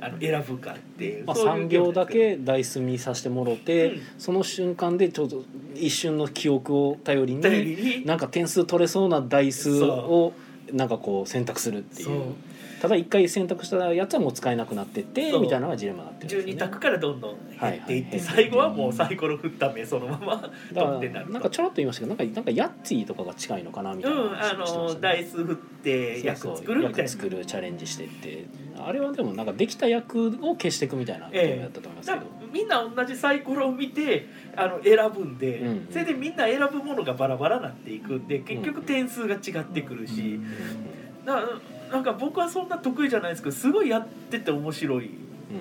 あの選ぶかっていう、
まあ、
そういう
3
ゲー
行
ムな
だ
んです
けダイス見させてもろて、
うん
その瞬間でちょっと一瞬の記憶を頼り
け
に
ど頼りに
なんか点数取れそうなダイスをなんかこう選択するってい
そうう
ただ一回選択したやつはもう使えなくなってって
そう
みたいなのがジレンマになってる
12
んですよ
択
ね
からどんどん減っていって、
はいはい
最後はもうサイコロ振った目そのまま
だ
取って
か
な
ら
ると
なんかちょろっと言いましたけどなんかなんかヤッツィとかが近いのかなみ
う
たいなん
あ
話をしてま
の
した
ダ
ね
イス振って
そう
役
そう
作るみたい
役
な
作るチャレンジしてってあれはでもなんかできた役を消していくみたいなゲームだったと思います
だ
け
か
ど
ら、みんな同じサイコロを見てあの選ぶんで、
うんうん
それでみんな選ぶものがバラバラになっていくんで結
うんう
局
ん
点数が違ってくるし、
う
だからなんか僕はそんな得意じゃないですけどすごいやってて面白い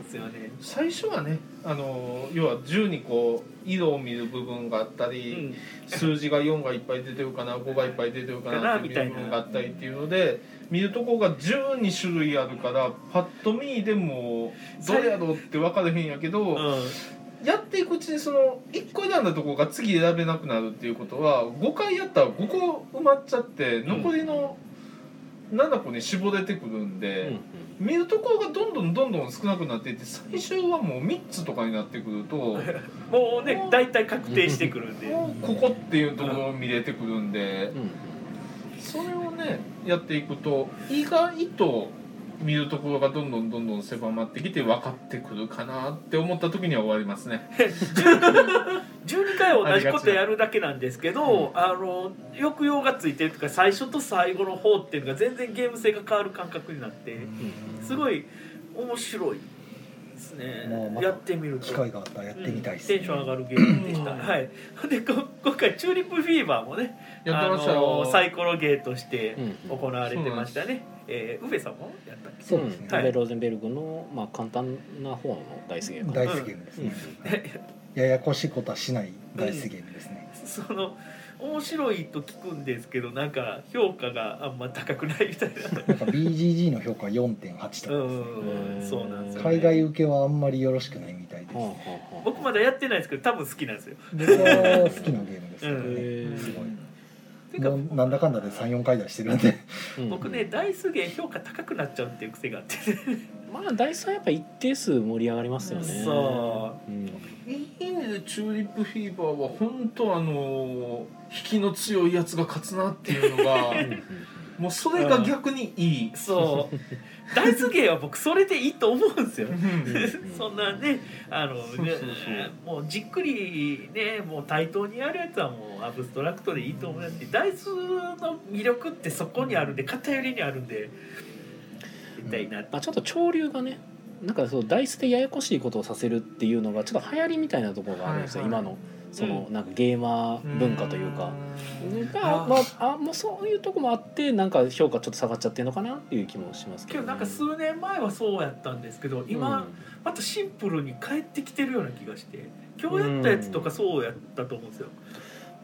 ですよね。
最初はねあの要は12個色を見る部分があった
う
り、
ん
数字が4がいっぱい出てるかな5がいっぱい出てるか
か
な
な
って
み
見
た
る
いな
部分があったりっていうので見るとこが12種類あるからパッと見でもどれやろうって分かれへんやけど、
うん
やっていくうちにその1個選んだとこが次選べなくなるっていうことは5回やったら5個埋まっちゃって残りの7個に絞れてくるんで。
んうん
見るところがどんどんどんどん少なくなっていって最終はもう3つとかになってくるとも
もうね大体確定してくるん で、
うここっていうところを見れてくるんで
うんうん
それをねやっていくと意外と見るところがどんどんどんどん狭まってきて分かってくるかなって思った時には終わりますね。
12回同じことやるだけなんですけどあの抑揚がついてるとか最初と最後の方っていうのが全然ゲーム性が変わる感覚になって。すごい面白いですね、
まあまた
やってみると
機会があったらやってみたいです、
うんテンション上がるゲームでした、はいでこ今回チューリップフィーバーもね
やってましたよ
あのサイコロゲーとして
うんうん
行われてましたね、えー、宇部さんもやったっけ
そうですね
ん、アベローゼンベルグの、まあ、簡単な方の大好きかな
ダイスゲームですね、ややこしいことはしないダイスゲームですね、
その面白いと聞くんですけどなんか評価があんま高くないみたい
なんか BGG の評価は4.8とかです
なう
ね、
んそうなんですよ、
海外受けはあんまりよろしくないみたいです、
はあはあはあ
僕まだやってないですけど多分好きなんですよ
僕は好きなゲームですけどね、
うん
すごい
ていうか
もうなんだかんだで34回出してるんで
うん
僕ねダイスゲー評価高くなっちゃうっていう癖があって
まあダイスはやっぱ一定数盛り上がりますよね、
そう
ん、
いい意味でチューリップフィーバーは本当あの引きの強いやつが勝つなっていうのが もうそれが逆にいい。
そうダイスゲーは僕それでいいと思うんですよ
ん
そんなねあの
そうそうそう
ねもうじっくりねもう対等にやるやつはもうアブストラクトでいいと思うしダイスの魅力ってそこにあるんで偏りにあるんで絶対いいな
まあ、ちょっと潮流がねなんかそうダイスでややこしいことをさせるっていうのがちょっと流行りみたいなところがあるんですよ、
はいはい
今のそのなんかゲーマー文化というか、が
あー
まああもうそういうとこもあってなんか評価ちょっと下がっちゃってるのかなっていう気もしますけ
け
ど
ど
ね、
なんか数年前はそうやったんですけど今、
うん
またシンプルに帰ってきてるような気がして今日やったやつとかそうやったと思うんですよ、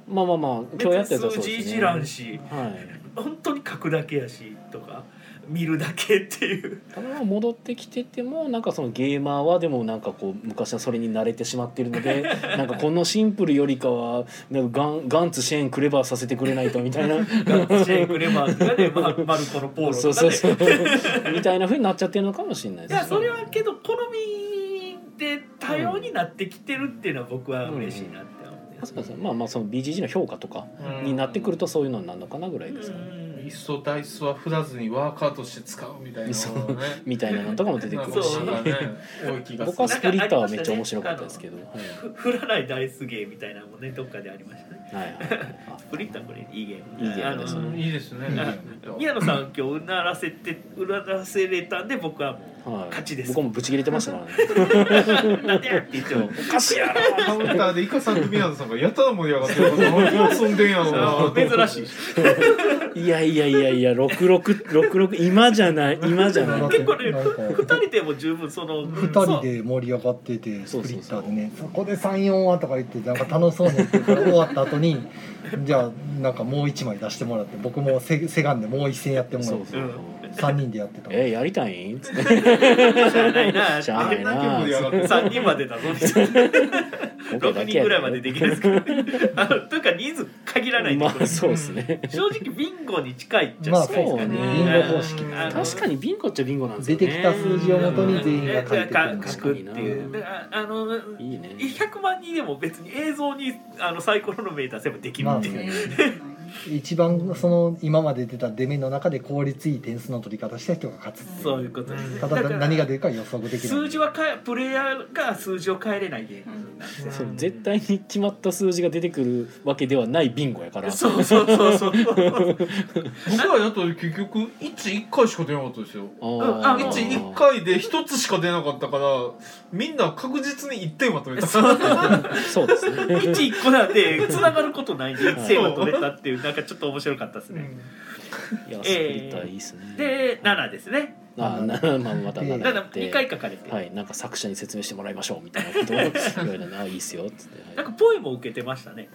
まあまあまあ今日やったやつは
別
そ
に
う
数
です
字い
ね
じらんし
はい
本当に書くだけやしとか見るだけっていう
ただまあ戻ってきててもなんかそのゲーマーはでもなんかこう昔はそれに慣れてしまっているのでなんかこのシンプルよりかはなんかガンガンツシェーンクレバーさせてくれないとみたいな
ガッシェイク・レバーとかで、まあ、マルコのポーロ
そう
と
そ
か
う
で
そう みたいなふうになっちゃってるのかもしれない
い
で
や
す
それはけど好みで多様になってきてるっていうのは僕は嬉しいなって思ってま
確
す
かにそうまあまあその BGG の評価とかになってくるとそういうのになるのかなぐらいですかね
いっそダイスは振らずにワーカーとして使うみたいな
そう
の をね
みたいなのとかも出てく
なん
る
か
し
そう
なんかね多い気がする
僕はスプリッターはめっちゃ面白かったですけど、はい
ふ振らないダイスゲーみたいなのもねどっかでありましたね
はいはいはいあ
スプリッターこれいいゲーム
いいゲームです
あ
う
の
んいいですね
あ宮野さん今日うならせてうならせれたんで僕はも
はい、
勝ちです
僕もブチ切れてましたからね
う「なんでや!」って言っても
おかしいやろ
カウンターでイカさんと宮野さんがやたら盛り上がってるから遊んでんやろうな
あ
と思って
ー珍しい
いやいやいやいや6666今じゃない今じゃない
だっ
は
て
結構ね
なん
2
か
人でも十分その
2人で盛り上がってて
そう
スプリ
そうそ
ッ
う
ターでねそこで34話とか言ってなんか楽しそうに言ってたら終わった後にじゃあなんかもう1枚出してもらって僕もせせがんでもう一戦やってもら
そううそう、
うん
3人でやってた
えやりたいんっつって
しゃあないな
しゃあない
あんな
な
曲で やがって
3人までだぞみたいな6人ぐらいまでできるんですけどあのというか人数限らないって
ま
こと
あそうですね、
正直ビンゴに近いっち
ま
ゃ
あ
近
そ
いうですかね
です
そ
ね
う
ビンゴ方式
あの
確かにビンゴっちゃビンゴなんです
出
よね
てきた数字をもとに全員が書いてく
か
る
書くっていう
確
だからあの
いいね
100万人でも別に映像にあのサイコロの目出せばできる
まあ
って
ね
いう、
一番その今まで出た出目の中で効率いい点数の取り方した人が勝つってい
そういうことです、
ただ何が出るか予測できない
数字はかえプレイヤーが数字を変えれないゲームなんですよ
そう絶対に決まった数字が出てくるわけではないビンゴやから
そうそうそうそう
僕らだと結局11回しか出なかったですよ
あ
あの一
11回で1つしか出なかったからみんな確実に1点は取れた そ
そうですね
11個なんで繋がることないんで1点は取れたっていうなんかちょっと面白かったですね、
いやスプリッターいいっすね、
で7ですね
あなまあまたなんか
2回書かれて、
はい、なんか作者に説明してもらいましょうみたいなことを 言われたら「あいいっすよ」っつって、
なん
は
かポエも受けてましたね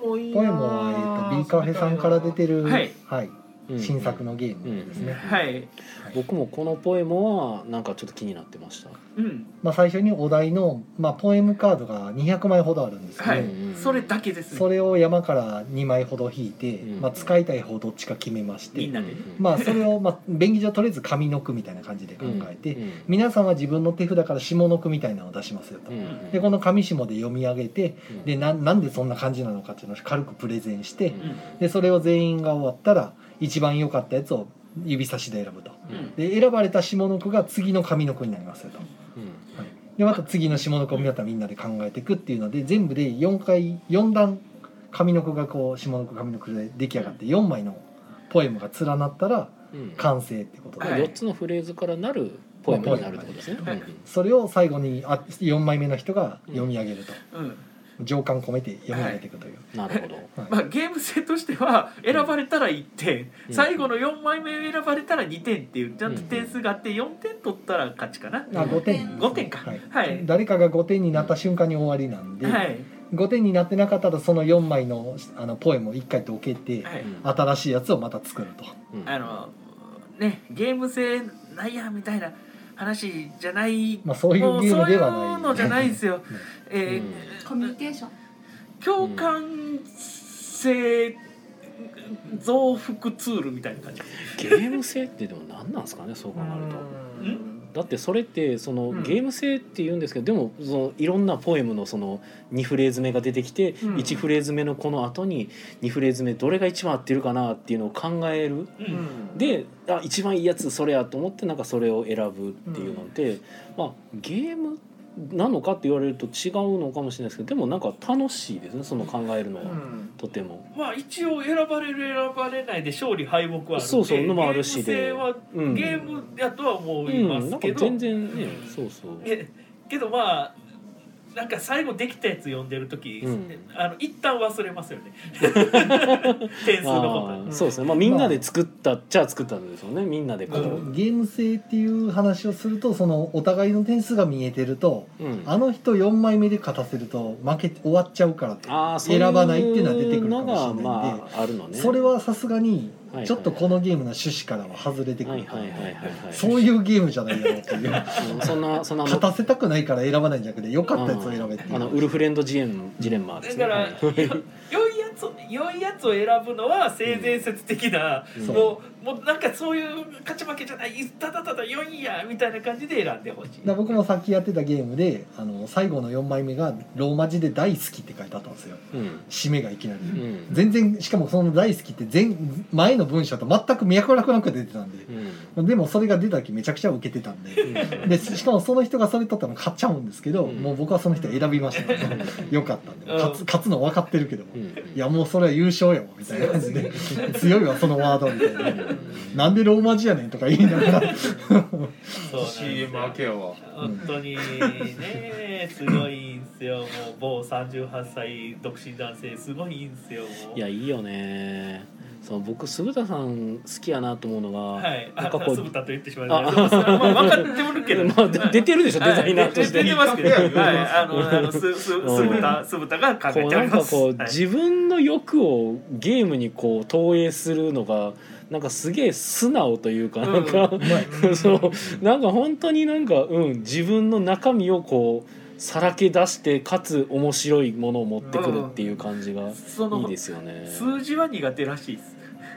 れもいい
ポエムは、えー、と B カフェさんから出てる、
はい
はい
いうん、
新作のゲームですね、
うん
はい
僕もこのポエムはなんかちょっと気になってました、
うん
まあ、最初にお題の、まあ、ポエムカードが200枚ほどあるんですけど、
はい
うんうん
それだけです
それを山から2枚ほど引いて、
うん
まあ、使いたい方どっちか決めまして
みんなでね
まあ、それを、まあ、便宜上とりあえず上の句みたいな感じで考えて、
うん
皆さんは自分の手札から下の句みたいなのを出しますよと。
うんうん
でこの上下で読み上げて
うん
でななんでそんな感じなのかっていうのを軽くプレゼンして、
うん
でそれを全員が終わったら一番良かったやつを指差しで選ぶと
うん
で選ばれた下の句が次の上の句になりますよと、
うん
はい、でまた次の下の句をまたみんなで考えていくっていうので全部で4回4段上の句がこう下の句上の句で出来上がって4枚のポエムが連なったら
うん
完成ってことで、
はい
4つのフレーズからなるポエムになるってことですね、
はい
うん
それを最後にあ4枚目の人が読み上げると、
うん
情感込めて読み上げていくという。
なるほど
はい
まあ、ゲーム性としては選ばれたら1点、
うん
最後の4枚目選ばれたら2点っていうちゃんと
うん
点数があって4点取ったら勝ちかな、
あ5点
5点か
はい
はい、
誰かが5点になった瞬間に終わりなんで、
はい
5点になってなかったらその4枚のあのポエムを1回どけて、
はい
うん
新しいやつをまた作ると
うん
あのねゲーム性ないやみたいな話じゃない、
まあそういう
も
ゲームでは
そう
な
いう
い
のじゃないんですよ、えー
うん
コミュニケーション
共感性増幅ツールみたいな感じ
ゲーム性ってでも何なんですかねそう考えると。だってそれってその
うん
ゲーム性って言うんですけど、でもそのいろんなポエムのその2フレーズ目が出てきて、
うん
1フレーズ目のこの後に2フレーズ目どれが一番合ってるかなっていうのを考える
うん
であ一番いいやつそれやと思ってなんかそれを選ぶっていうので、まあ、ゲームなのかって言われると違うのかもしれないですけどでもなんか楽しいですねその考えるのは、とても。
まあ一応選ばれる選ばれないで勝利敗北はあるんで
そうそうのもあるし
ゲーム性
で
は
うん
ゲームやとは思いま
うん、な
す
んか
けど、
全然ね、そうそう。
えけどまあなんか最後できたやつ読んでる時、
うん
あの一旦忘れますよ ね点 数の
あ
こ
ー
と
そうですね、まあ、みんなで作ったっちゃ作ったんですよねみんなでこう、
うん
ゲーム性っていう話をするとそのお互いの点数が見えてると
うん
あの人4枚目で勝たせると負け終わっちゃうからって
あー
選ばないっていうのは出てくるかもし
そういう
れないんで
のがまああるのね
それはさすがに
はい
ちょっとこのゲームの趣旨からは外れてく
はい
るか
はいはい
ら
はいはい
そういうゲームじゃないだろ うっていう
うんそんなそんなあの
勝たせたくないから選ばないんじゃなくて良かったやつを選べってい
あの
う
ウルフレンドジレンジレンマで
だ
す
か
ねは
ら
い
よ良いやつを良いやつを選ぶのは性善説的な、
うん
もうもうなんかそういう勝ち負けじゃないただただ良いやみたいな感じで選んでほしい。
だ僕もさっきやってたゲームであの最後の4枚目がローマ字で「大好き」って書いてあったんですよ
うん
締めがいきなり
うん
全然しかもその「大好き」って前前の文章と全く脈絡なく出てたんで
うん
でもそれが出た時めちゃくちゃ受けてたんででしかもその人がそれ取ったの買っちゃうんですけど、
うん
もう僕はその人選びました、 よかったんで
うん
勝つ勝つの分かってるけども、
うん
いやもうそれは優勝よみたいな感じで強いわそのワードみたいななんでローマ字やねんとか言いな
そ
がら
うなんですよ
CM 明けやわ
本当にねすごいんすよもう某38歳独身男性すごいんすよもう
いやいいよねその僕鈴田さん好きやなと思うのが、
はい
な
あ
んかこう
酢豚と言ってしまい
あ
ましたまあ分かってもるけど
まあで出てるでしょ、デザイナーとして
はい出てますけど、
い
は
やい
い、
や
あの、あの、す、す、酢豚、酢豚が考
こ
え
う
てお
な
り
ん
ま
か
す。
こ
は
う、
い
自分の欲をゲームにこう投影するのがなんかすげえ素直というか
うん
なんか、
まあ
そうなんか本当になんかうん自分の中身をこうさらけ出してかつ面白いものを持ってくるっていう感じが
そ
いい
の
で、すよね。
数字は苦手らしいです。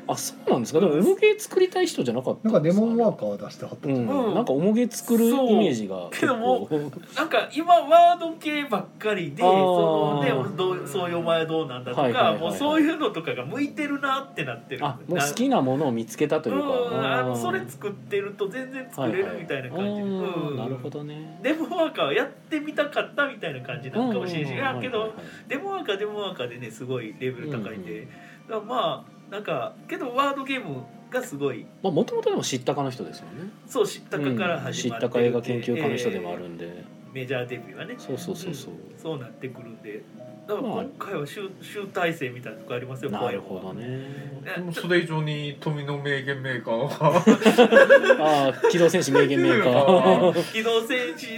あそうなんですかでもおもげ作りたい人じゃなかった
なんかレ
です
モンワーカー出してはった
う
じゃん、
うん
ん、なんかおもげ作るイメージが結構
そうなんか、今ワード系ばっかりで、
あー
そのね、どう、そういうお前どうなんだと
はいはいはい
か、
はい
もうそういうのとかが向いてるなってなってる。
あもう好きなものを見つけたというか
うん、あの
ー
それ作ってると全然作れるみたいな感じで、
はいはいあー
うん
なるほどね
デモワーカーはやってみたかったみたいな感じなのかもしれないし、いやけど、
はいはい
デモワーカーデモワーカーでねすごいレベル高いんで、だからまあなんかけどワードゲームがすごい
まあもともとでも知ったかの人ですよね
そう知ったかから始まって
うん知ったか映画研究家の
で
人でもあるんで、
メジャーデビューはね
そうそうそうそう、
んそうなってくるんでだから
まあ
今回は集集大成みたいなとこありますよ
なるほど
ね
ね
でもそれ以上に富の名言メーカーは
ああ機動戦士名言メーカ
あ
ー
機動戦士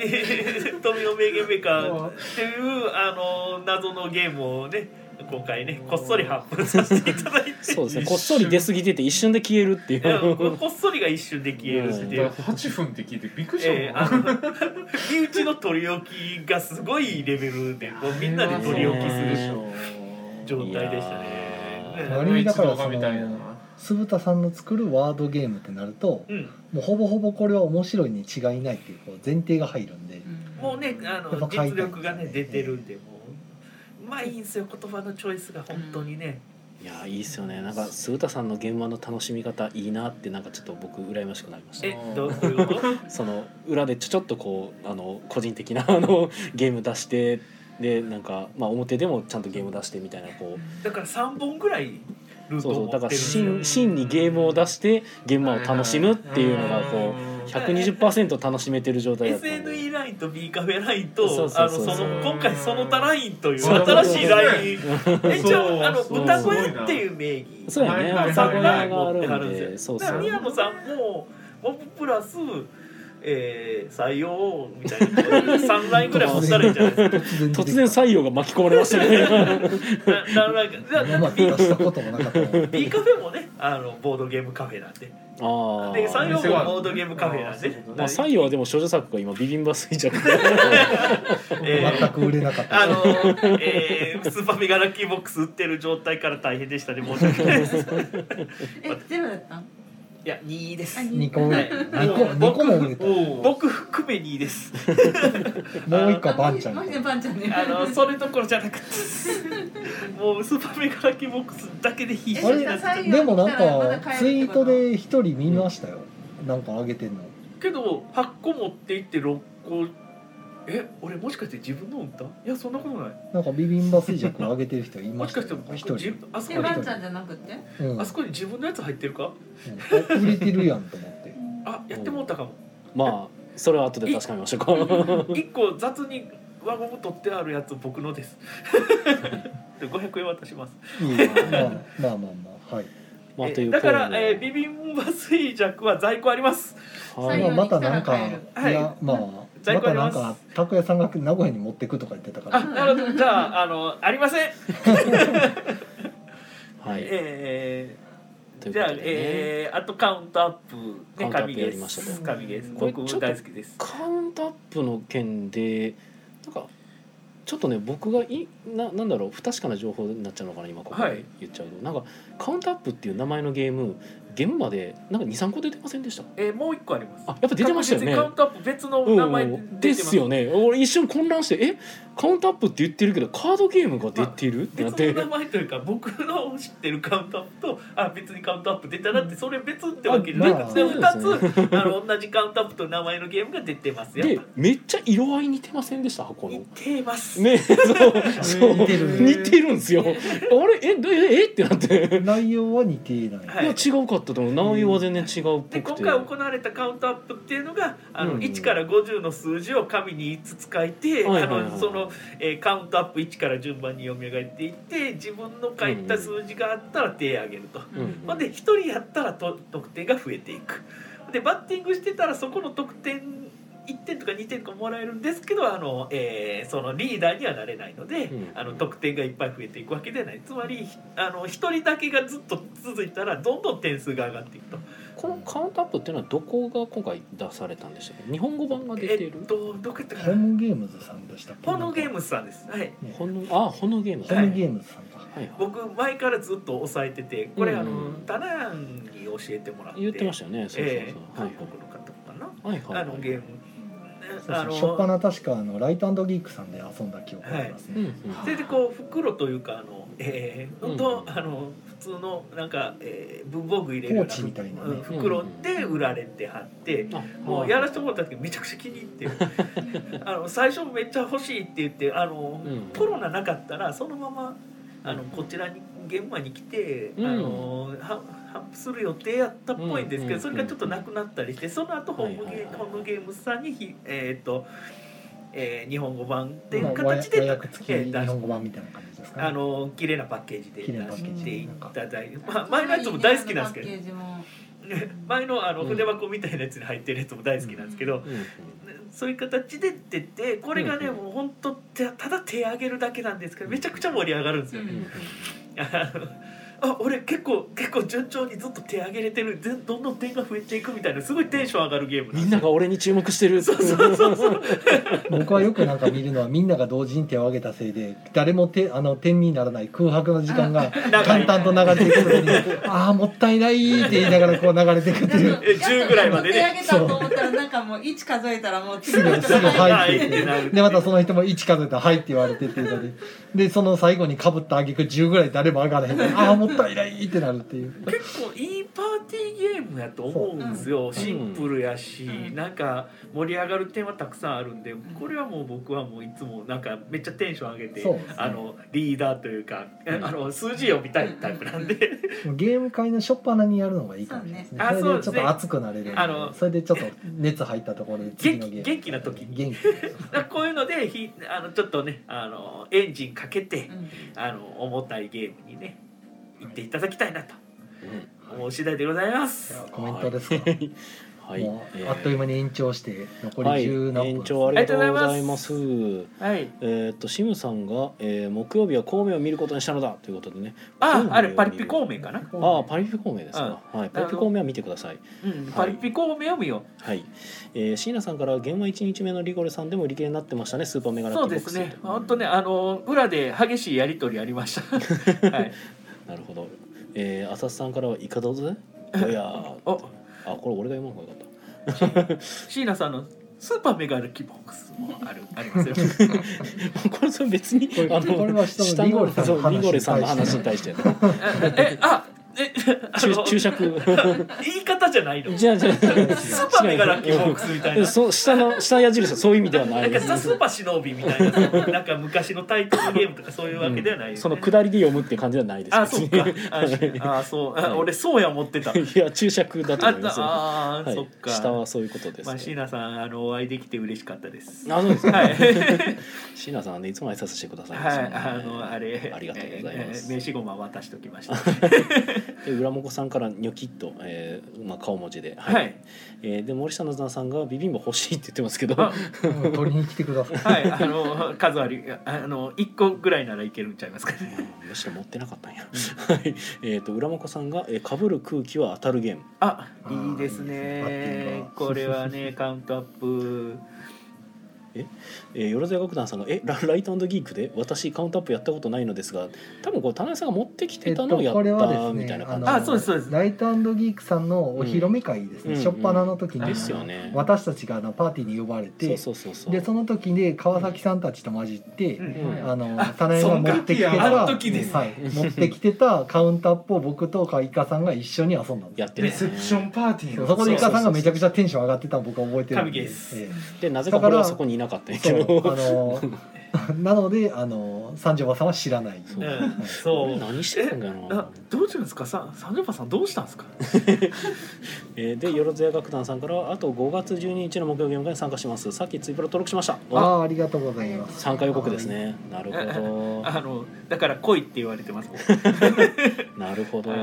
富の名言メーカーっていうあの謎のゲームをね今回ねこっそり発表させていただいて
そうですねこっそり出過ぎてて一瞬で消えるってい
うん
う
こっそりが一瞬で消えるっていう
8分って聞いてびっくりしたもん、
えー、あの身内の取り置きがすごいレベルでこうみんなで取り置きする
し
状態でした
いや
ね
ー。
あ
ね
る意味だからそ
一度がみたいな
の鈴田さんの作るワードゲームってなると
うん、
もうほぼほぼこれは面白いに違いないっていうこう前提が入るんで、
もうねあ
やっぱ
の
書いてある
実力がね出てるんでもううまいんですよ言葉のチョイスが本当にね。
いやーいいっすよねなんか鈴田さんの現場の楽しみ方いいなってなんかちょっと僕羨ましくなりました
えどうどういうこと？
その裏でちょちょっとこうあの個人的なあのゲーム出してでなんか、まあ、表でもちゃんとゲーム出してみたいなこう
だから三本ぐらいルート
そう
を
そ
持
う
ってるん
だから
ですよ
真真にゲームを出して現場を楽しむっていうのがこう120%楽しめてる状態だったんで
SNE ラインと B カフェライン
そ
と
うそ
あ
う
の
そ
そう
そう
の今回その他ラインという
そう
新しいライン
うん
えじゃああの
そう
歌声っていう名義
そうやね
はい
朝
三
小
が
屋があ
持っては
る
る
ん
ん
で
で
そう
す
そ
よ。宮
う
野さんもモブプラス、えー、採用みたいな三ラインぐらい持ったらいいんじゃない ですか。
突然出て
突
き
然
た
採用が巻き込まれましたね
何ラインか。だ
今まで出したこともなかったのに
B カフェもねあのボードゲームカフェなんで。
あ
で
あ
採用もボードゲームカフェなんで。
まあ、採用はでも少女作が今ビビンバスイちゃう
えー
全く売れなかった
あの、えー、スーパーメガラッキーボックス売ってる状態から大変でしたね申し訳ないです。い
えゼロだったん
や2です
あ。
2個
は
上
い
二個二個も売れたもう
お
僕含め2です。
1個はバンちゃん
マジでバンちゃんね
あのそれどころじゃなくて、もうスーパーメガラッキーボックスだけで必死
あ
になっちゃって
れ
でもなんかツイートで1人見ましたよ、なんか上げてんの
けど8個持って行って6個え俺もしかして自分の歌いやそんなことない
なんかビビンバ衰弱上げてる人い
も
ま
し
し
かし
た
て
よ
僕
一
自
人、
分あそ
え
こに
バンちゃんじゃなくて
うんうん
あそこに自分のやつ入ってるか
売れてるやんと思って
あやってもうたかも
まあそれは後で確かめましょうか
1個雑に輪ゴム取ってあるやつ僕のです で500円渡します
いいよまあまあまあまあはい、
まあ
え
という
だから
こ、とで
えービビンバ衰弱は在庫あります
は
採
い
用
まあ、またなんか、
はい
い、やまあまた
在庫あり
な
ま
ん
す
か拓哉さんが名古屋に持ってくとか言ってたか
あな
ら
るほどじゃああのありません
はい、
え
という
じ
こ
ゃあ、
とでね、
えー、あとカウントアップ、ね、
カウントアップ
神ゲ
や
ー
りました
ス
と
神ゲース
これちょ
僕
っと
も大好きです
カウントアップの件でなんかちょっとね僕がいななんだろう不確かな情報になっちゃうのかな今ここ
はい
で言っちゃうと、なんかカウントアップっていう名前のゲームゲームまでなんか23個出てませんでした
えー、もう一個あります
あやっぱ出てましたよね
確実にカウントアップ別の名前
うんうん
出
で
てます
よね俺一瞬混乱してえカウントアップって言ってるけどカードゲームが出てるってなっ
別
て
の名前というか僕の知ってるカウントアップとあ別にカウントアップ出たなってそれ別ってわけじゃなくて
あ
2
まあ
つあの同じカウントアップと名前のゲームが出てますやっ
で
ぱ
めっちゃ色合い似てませんでした箱の
似。てます、
ねそうそう
似てる
似てるんですよ。あれえ どええってなって。
内容は似ていない、
はい
いや違うかったと思う内容は全然違うっぽ
で
く
今
て
回行われたカウントアップっていうのがあの、
うん
1から50の数字を紙に5つ書いて、
はいはいはい
あのその、えーカウントアップ1から順番に読み上げていって自分の書いた数字があったら手を挙げると。
うん
ほんで1人やったらと得点が増えていくでバッティングしてたらそこの得点1点とか2点とかもらえるんですけどあの、えーそのリーダーにはなれないので、
うん
あの得点がいっぱい増えていくわけではないつまりあの1人だけがずっと続いたらどんどん点数が上がっていくと。
このカウントアップっていうのはどこが今回出されたんでしたっけ日本語版が出て
え
る
っとどこやったか
ホー
な
ムゲームズさんでしたっけ
ポノゲームズさんです。はい
ほんのあほのゲーム
ホ
は
ー
い
ムゲームズさんか、
はいはい
僕前からずっと押さえててこれ、
うん
あのダナンに教えてもらって
言ってましたよねそうそう
えー
そうはい
韓国の方かな、
はいはいはい
あのゲーム。
そうそう初っ端確かあのライトギークさんで遊んだ記憶があります
うんう
ね、
ん
それでこう袋というかあの、えー、本当、
うん
あの普通のなんか、えー、文房具入れるよう
ポーチみたいなね
うん袋で売られてはって、
あ
もうやらせてもらった時めちゃくちゃ気に入ってるあの最初めっちゃ欲しいって言ってあの、
うん
コロナなかったらそのままあのこちらに現場に来て、
うん
あのは発布する予定やったっぽいんですけど、
うん
それがちょっとなくなったりしてその後ホームゲー、
はいはいはい
ホームゲームズさんにひえーっと、えー日本語版っていう
まあ和
形で、
訳和訳付き
えー
日
出し
本語版みたいな感じですかね
あの綺麗なパッケージで
綺麗な
出
パッ
し
ケージ
ていただいて、まあ、前
前
の
の
や
や
つ
つ
も
も
大
大
好
好
き
き
な
なんん
で
ですす
け
け
ど
ど。
ね前のあの
うん
筆箱みたいなやつに入ってるやつも大好きなんですけど、
うんうん
そういう形で出てこれがね、
うん
もう本当たただ手上げるだけなんですけどめちゃくちゃ盛り上がるんですよ
う
ね。
んうん
あの あ俺結構結構順調にずっと手上げれてるぜどんどん点が増えていくみたいなすごいテンション上がるゲーム
みんなが俺に注目してるそうそうそうそう
僕はよくなんか見るのはみんなが同時に手を挙げたせいで誰も手あの点にならない空白の時間が
長い
淡々と流れていくの にああもったいないって言いながらこう流れていくっていう
え10ぐらいまでね
手上げたと思ったらなんかもう1数えたらもう
す
次の
ぐ
人
すぐ入って
はいってなる
て でまたその人も1数えたら「はい」って言われてっていうのででその最後にかぶった挙句10ぐらい誰も上がらへんああもったいないってなるっていう
結構いいパーティーゲームやと思うんですよ、シンプルやし、
うん
なんか盛り上がる点はたくさんあるんでこれはもう僕はもういつもなんかめっちゃテンション上げて、
そうですね
あのリーダーというか、
うん
あの数字読みたいタイプなんで、
ゲーム会の初っ端にやるのがいいかもしれないですね
そうねあ
それでち
そ
ょ
うですね
っと熱くなれるんで
あの
それでちょっと熱入ったところで次のゲー
元
ム
気元気な時に
元気
だからこういうのでひあのちょっとねあのエンジンかけて、あの重たいゲームにね行っていただきたいなと思う次第でございます。
コメントですか
はい
もうあっという間に延長して残り10
はい、
何分
延
です、
長ありがとうご
あ
ざい
りがとうござい
ま
ますすはい、
えーっとシムさんが、えー木曜日は孔明を見ることにしたのだということでね孔明を
あ
見る
あれパリピ孔明かな、
ああパリピ孔明ですか、はい、パリピ孔明は見てください
うん、パリピ孔明を見よ
はい、えー、椎名さんから現場1日目のリゴレさんでも売り切れになってましたねスーパーメ
う
ガラ
そう
ッキ
で
ーボック
す
ス
ね本当ねあの裏で激しいやり取りありました はい
なるほど、えー、浅瀬さんからはいかだぜおやー
お
あこれ俺が読まなかった
椎名さんのスーパーメガルキボックスもあるあり ますよ。
これそれ別に
これこれは下のリゴレさんの
そうリゴレさんの話
話
に
に
対
対
して
えあえあ
注
の
注釈
言い方じゃ ないの。ス
じゃあじゃあ
ーパーメガルキボックスみたいな。
そう下の下の矢印はそういう意味ではな
ないんか
です
ザスーパー忍びみたいなな んか昔のタイトルゲームとかそういうわけではないよ、ね
その下りで読むっていう感じではないです
あそっ か
別に
あしあそうあ俺そうや思って た。あ
いや注釈だと思いますよ
あ
はい
そっか。
下はそういうことです、
まあ椎名さんあのお会いできて嬉しかったです。
あそうです
は
ね
い。
椎名さんはねいつも挨拶してくださいます
は
よ
い、
ね
あのあれ
ありがとうございま
え
す
ー名刺ごま渡しときました。
で裏もこさんからニョキッと、えーまあ、顔文字で、
はい、
えーで森下のずなさんがビビンバ欲しいって言ってますけど
あ
うん取りに来てくだ さい
はい、あの数ありあの1個ぐらいならいけるんちゃいますかね
むしろ持ってなかったんや。はい、えっ、と、浦本さんが、えかぶる空気は当たるゲーム。
あ
あー
いいです
いいですね
ね
バッティングが
これは ねカウントアップ
えー、よろずや楽団さんが、え、ラライトギークで、私カウントアップやったことないのですが。多分、これ、田中さんが持ってきてたのをやった、
えっとこれはですね
みたいな感
の
あそうですそうです
ライトギークさんのお披露目会ですね、
うん
初っ端の時
じ
に、
ですよね。
私たちがあのパーティーに呼ばれて
そうそうそうそう。
でその時に川崎さんたちと混じって、
うん
うん
あの
あ
タナエが持ってきて
そん
た
な時や
あの時ですね
はい、持ってきてたカウンターっぽ僕とかイカさんが一緒に遊んだんで
や
す
ってる
レ
ね
セプションパーティー
そ
の
こでイカさんがめちゃくちゃテンション上がってたの僕は覚えてるん
神です
え
で、なぜか、これはそこにいなかったん
え
やけど。
そうあのなの であの三条馬さんは知らない
そううん俺
そう
何してたんか
あ
な。
どうしたんですかさ三条パさんどうしたんですか
えーで、よろずや楽団さんから、あと5月12日の木曜ゲーム会に参加します。さっきツイプロ登録しました。
ああありがとうございます
参加予告ですね。なるほ ど。
あのだから来いって言われて ます僕
なるほど。
はい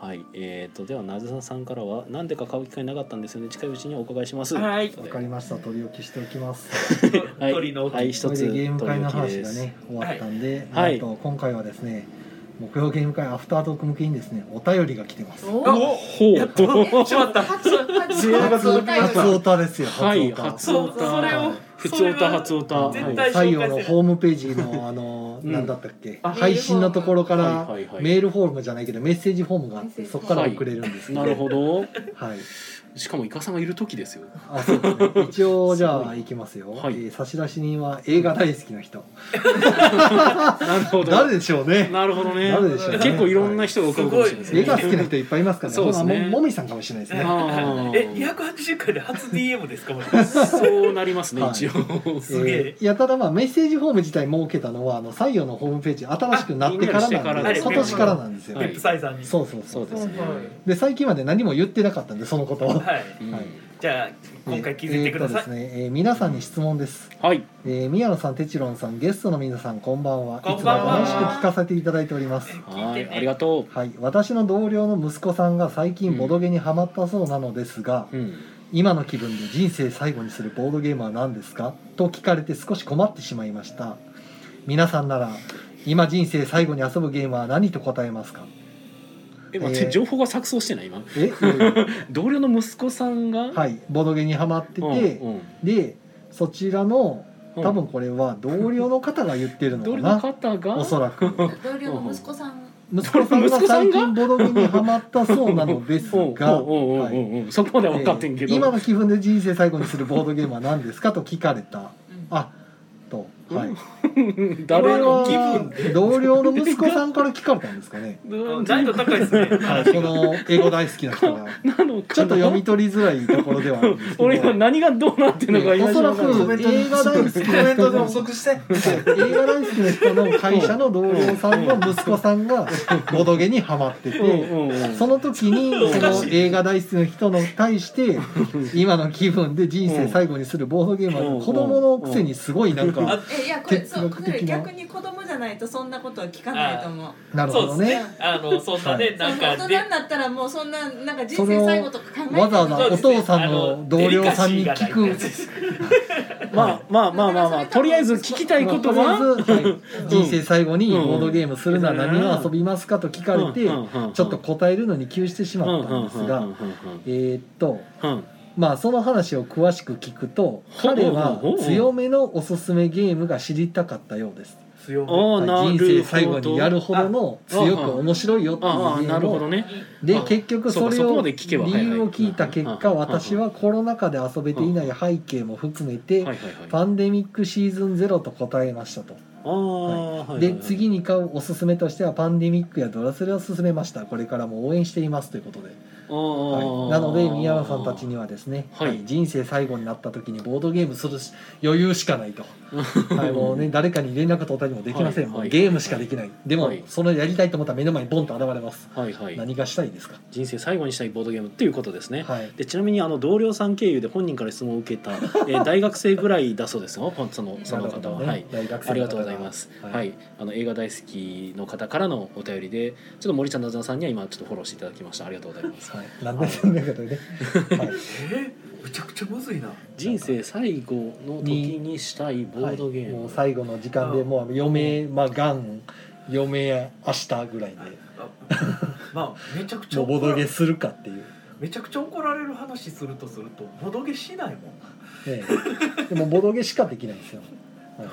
はい、えー、とではなずささんからは何でか買う機会なかったんですよね近いうちにお伺いします
はい
わかりました取り置きしておきます
はい
鳥の
はい一
それ
つ
でゲーム会の
取り置きで
話が
す
ね終わったんで、
はい
なんと今回はですね木曜ゲーム会アフタートーク向けにですねお便りが来てます
お
ほ
やっと
う
しまった
初
初
初初お便り
初オタですよ
は
初
い
オタ、
初
そうそれを
普
そ
通
れ
歌
は
初歌
絶
はい
対
採
紹
用
介
の
せない
ホームページ のあの
うん
なんだったっけ、
あ
配信のところから、
はいはいはい
メールフォームじゃないけどメッセージフォームがあっ
メ
て
ッセージ
そこから送れるんですね
なるほど
はい
しかもイカさんがいる時ですよ
あそうかね一応じ
す
ゃ
ご
あ
い
いきますよ、
はい
えー差出人は映画大好きな人
なるほど
誰でしょうね
なるほどね
誰でしょうね
結構いろんな人が伺うかもしれないですね
映画好きな人いっぱいいますからね
そうですね
ほなももみさんかもしれないですね
あー
え280回で初 DM ですかもう
そうなりますね
はい
一応
すげえ
ーいやただまあメッセージフォーム自体設けたのはあの採用のホームページ新しくなってから
あリ
なん
ニューアル
で
して
今
から
年からなんですよ、
はい
ペップサイさんに
そうそうそ
そううですね
で最近まで何も言ってなかったんでそ のことを
はい
うん
はい
じゃあ今回気づいてください
えーっとですね、えー皆さんに質問です、
はい
えー宮野さん哲郎さんゲストの皆さんこんばんは
こ
い
ん
つ
ば
も
んは
楽しく聞かせていただいております
は
聞い
い
てね
ありがと
はい私の同僚の息子さんが最近ボドゲにハマったそうなのですが、
ううん
今の気分で人生最後にするボードゲームは何ですかと聞かれて少し困ってしまいました皆さんなら今人生最後に遊ぶゲームは何と答えますか
え待っ
え
て
ー
情報が錯綜してない今
え、 いやいや
同僚の息子さんが
はいボードゲにハマってて、
うんうん
でそちらの
うん
多分これは同僚の方が言ってるの
同
か
僚の
な、
方が
おそらく
同僚の息子さん
息子さんが
息子さん
最
が
近ボドゲにハマったそうなのです
おう
が
おうおうおうおうおうそこまでは分かってんけど、
えー今の気分で人生最後にするボードゲームは何ですかと聞かれたあとはい、
誰の
これは同僚の息子さんから聞かれたんですかね
うん
難易度高い ですね
はいこの英語大好きな 人
な
が
のかな
ちょっと読み取りづらいところではあるんですけど
俺今何がどうなってんのか今
おそらく
知らない
映画大好き
コ
な
メン
人
トで
の
補足して
映画大好きな人の会社の同僚さんの息子さんがボドゲにハマって
うん
て。
うんうん
その時にその映画大好きの人の対して今の気分で人生最後にするボードゲームは子供のくせにすごいなんか
えいやこれ
哲
そう
学
こ
的な
れ逆に子供じゃないとそんなことは聞かないと思う
なるほどね
あのそんなねなん
大
か
人
で
になったらもうそんななんか人
それ
生
を
最後とか考えて
わざわざ
そうですね
お父さんの同僚さんに聞く
あのデリカシーがない
まあまあまあまあまあとりあえず聞きたいことは
まあとりあえずはい人生最後にボードゲームするなら何を遊びますかと聞かれてちょっと答えるのに窮してしまったんです
う
が
んうん
えーっと
うんうん
まあその話を詳しく聞くと
ほうほう
彼
ほう
は強めのおすすめゲームが知りたかったようです
強め
おーなる
人
ほど
生最後にやるほどの強く面白いよっていう
ああ
ゲ
な
ー
る
ム
ほど
を
ね
で
あ
結局
そうか
それ
そこ
を
まで
理
聞けば
由を聞いた結果
はいはい
私はコロナ禍で遊べていない背景も含め
はい
て
はいはい
パンデミックシーズンゼロと答えましたと
ああはい
で次に買うおすすめとしてはパンデミックやドラスレを勧めましたこれからも応援していますということではい、なので宮野さんたちにはですね、
はい
人生最後になった時にボードゲームするし余裕し かないと、はい、もうね誰かに連絡取ったりもできません、
はい
もう
はい
ゲームしかできない、でも、
はい
そのやりたいと思ったら目の前にボンと現れます、
はいはい
何がしたいですか、
人生最後にしたいボードゲームっていうことですね、
はい、
でちなみにあの同僚さん経由で本人から質問を受けた、え ー大学生ぐらいだそうですよほんそのその方は、はい
大学生
ありがとうございます。
は
はいい、あの映画大好きの方からのお便りで、ちょっと森ちゃんなずなさんには今ちょっとフォローしていただきました。ありがとうございます。
はい、なんでそんなことでね、はい、
えー、むちゃくちゃむずいな
人生最後の時にしたいボードゲー
はいも
ム。
う最後の時間でもう嫁まあガン嫁明日ぐらいで
あまあめちゃくちゃ
もうボ
怒
ド
ら
ゲするかっていう、
めちゃくちゃ怒られる話するとするとボドゲしないも ん
ええでもボドゲしかできないんですよ、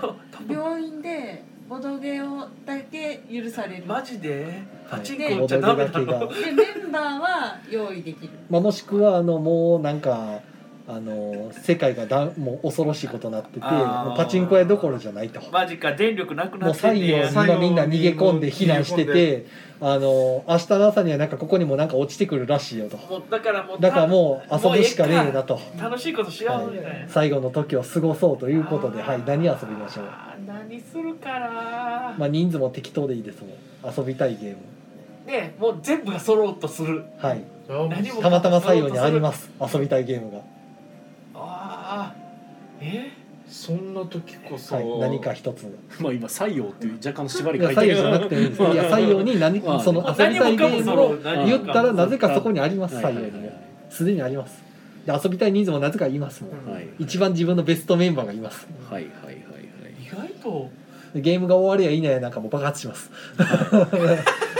は、
多分
病院でボドゲをだけ許される
マジでパチン
はいい
コ
ボ
じゃ
ド
ダ
ゲ
メ
だ
だ
けが
ろ、
でメンバーは用意できる
まあ、もしくはあのもうなんかあの世界がだもう恐ろしいことになってて
あー
もうパチンコ屋どころじゃないとも
マジか電力なく
う
なって
西
んね
洋
や
に今みんな逃げ込んで避難しててあの明日の朝にはなんかここにもなんか落ちてくるらしいよと
もうだからもう
だからもう遊ぶしかねえなと。
楽しいことしようみたいな
最後の時を過ごそうということで、はい、何遊びましょう。
あー何するかな、
まあ、人数も適当でいいですもん。遊びたいゲーム。
ねもう全部が揃うとする
はい。
何も
たまたま採用にあります。遊びたいゲームが。
ああえ
そんな時こそ、
はい、何か一つ。い
まあ今採用っていう若干の縛り
や、
書いて
採
る
用じゃなくていいです。いや、採用に何、
まあ
その
まあ
遊びたいゲーム
何も
を言
かもその
ったら、なぜかそこにあります。
はい
採用にも。すでにあります。で、遊びたい人数もなぜか言いますもん。
はい
一番自分のベストメンバーがいます。
はいはいはいはい
意外と
でゲームが終わりやいないやなんかもう爆発します。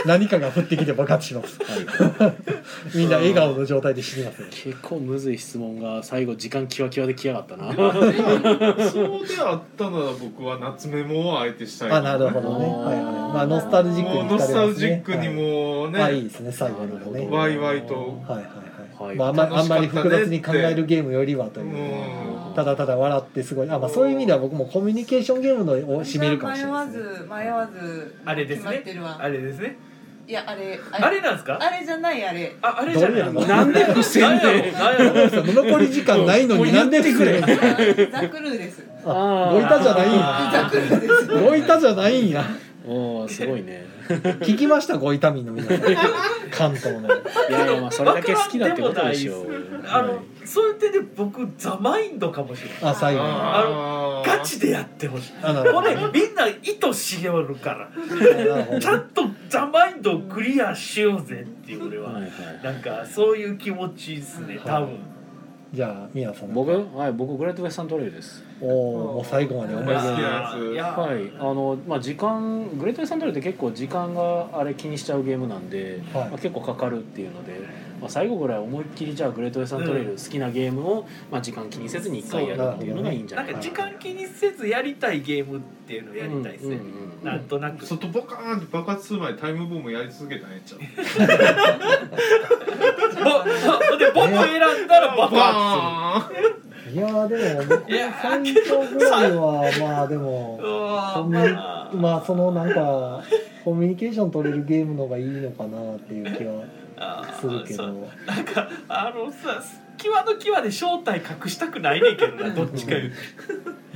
何かが降ってきて爆発します。
はいはいはい。
みんな笑顔の状態で死にますよ。
結構むずい質問が最後時間キワキワできやがったな。
そうであったなら僕は夏メモをあえてしたい
あなるほどね。
あー
はいはい。まあノスタルジック
もう
に
ノ
浸れ
スタ
ま
ル
す
ジ
ね。
ックにもう
はい、
ね、
まあいいですね最後のがね。は
わいわいと
いはいはい。
はい
まああんまあんまり
楽しかっ
複
たねって
雑に考えるゲームよりはという。
う
ただただ笑ってすごい。あまあそういう意味では僕もコミュニケーションゲームのを占めるかもしれない
迷
ですね。
わず迷わず
あれですね
決まってるわ
あれですね
いやあれ
あれなんですか
あれじゃないあれ
ああれじゃ
どれなの
ない
なんで不正
なんやろ。
で
なんやろ
残り時間ないのになんでくれ。
ザクルーです
あロイタじゃないんや。
ザクルーです
ロイタじゃないんや。
おおすごいね。
聞きましたゴイタミンの皆さん。関東
い
の。
やいやまあそれだけ好きだってことでしょう。
あ
は
のそういう点で僕ザマインドかもしれない
あ最後の。
あガチでやってほしい
あなる
こ
ほど
れみんな意図しよるか
なるほ
らち
ど
ゃんとザマインドをクリアしようぜっていう俺
い
は、
はいはい。
なんかそういう気持ちですね多分
じゃあ宮野さん。
僕はい僕グレートウェスタントレイルです。
おおもう最後まで思い出
好き
が。
なやつ
いや
はい、あのまあ時間グレートウェスタントレイルって結構時間があれ気にしちゃうゲームなんで、
はい
まあ、結構かかるっていうので、まあ、最後ぐらい思いっきりじゃあグレートウェスタントレイル好きなゲームを、まあ、時間気にせずに一回やるっていうのがいいんじゃ
な
なんいか
か
な
時間気にせずやりたいゲームっていうのをやりたいですね
うんうんうん
なんとなく
外ボカーンって爆発する前にタイムボムやり続けたんやっちゃう
ぼ で僕選んだら爆発
バーン
いやーでも僕
いやー
三丁ぐらいはまあでも
するうわ
コ
ー
ミ
まあ
ュまあそのなんかコミュニケーション取れるゲームの方がいいのかなっていう気は
あー
するけ
そう
ど
なんかあのさ際の際で正体隠したくないねんけどなどっちかいう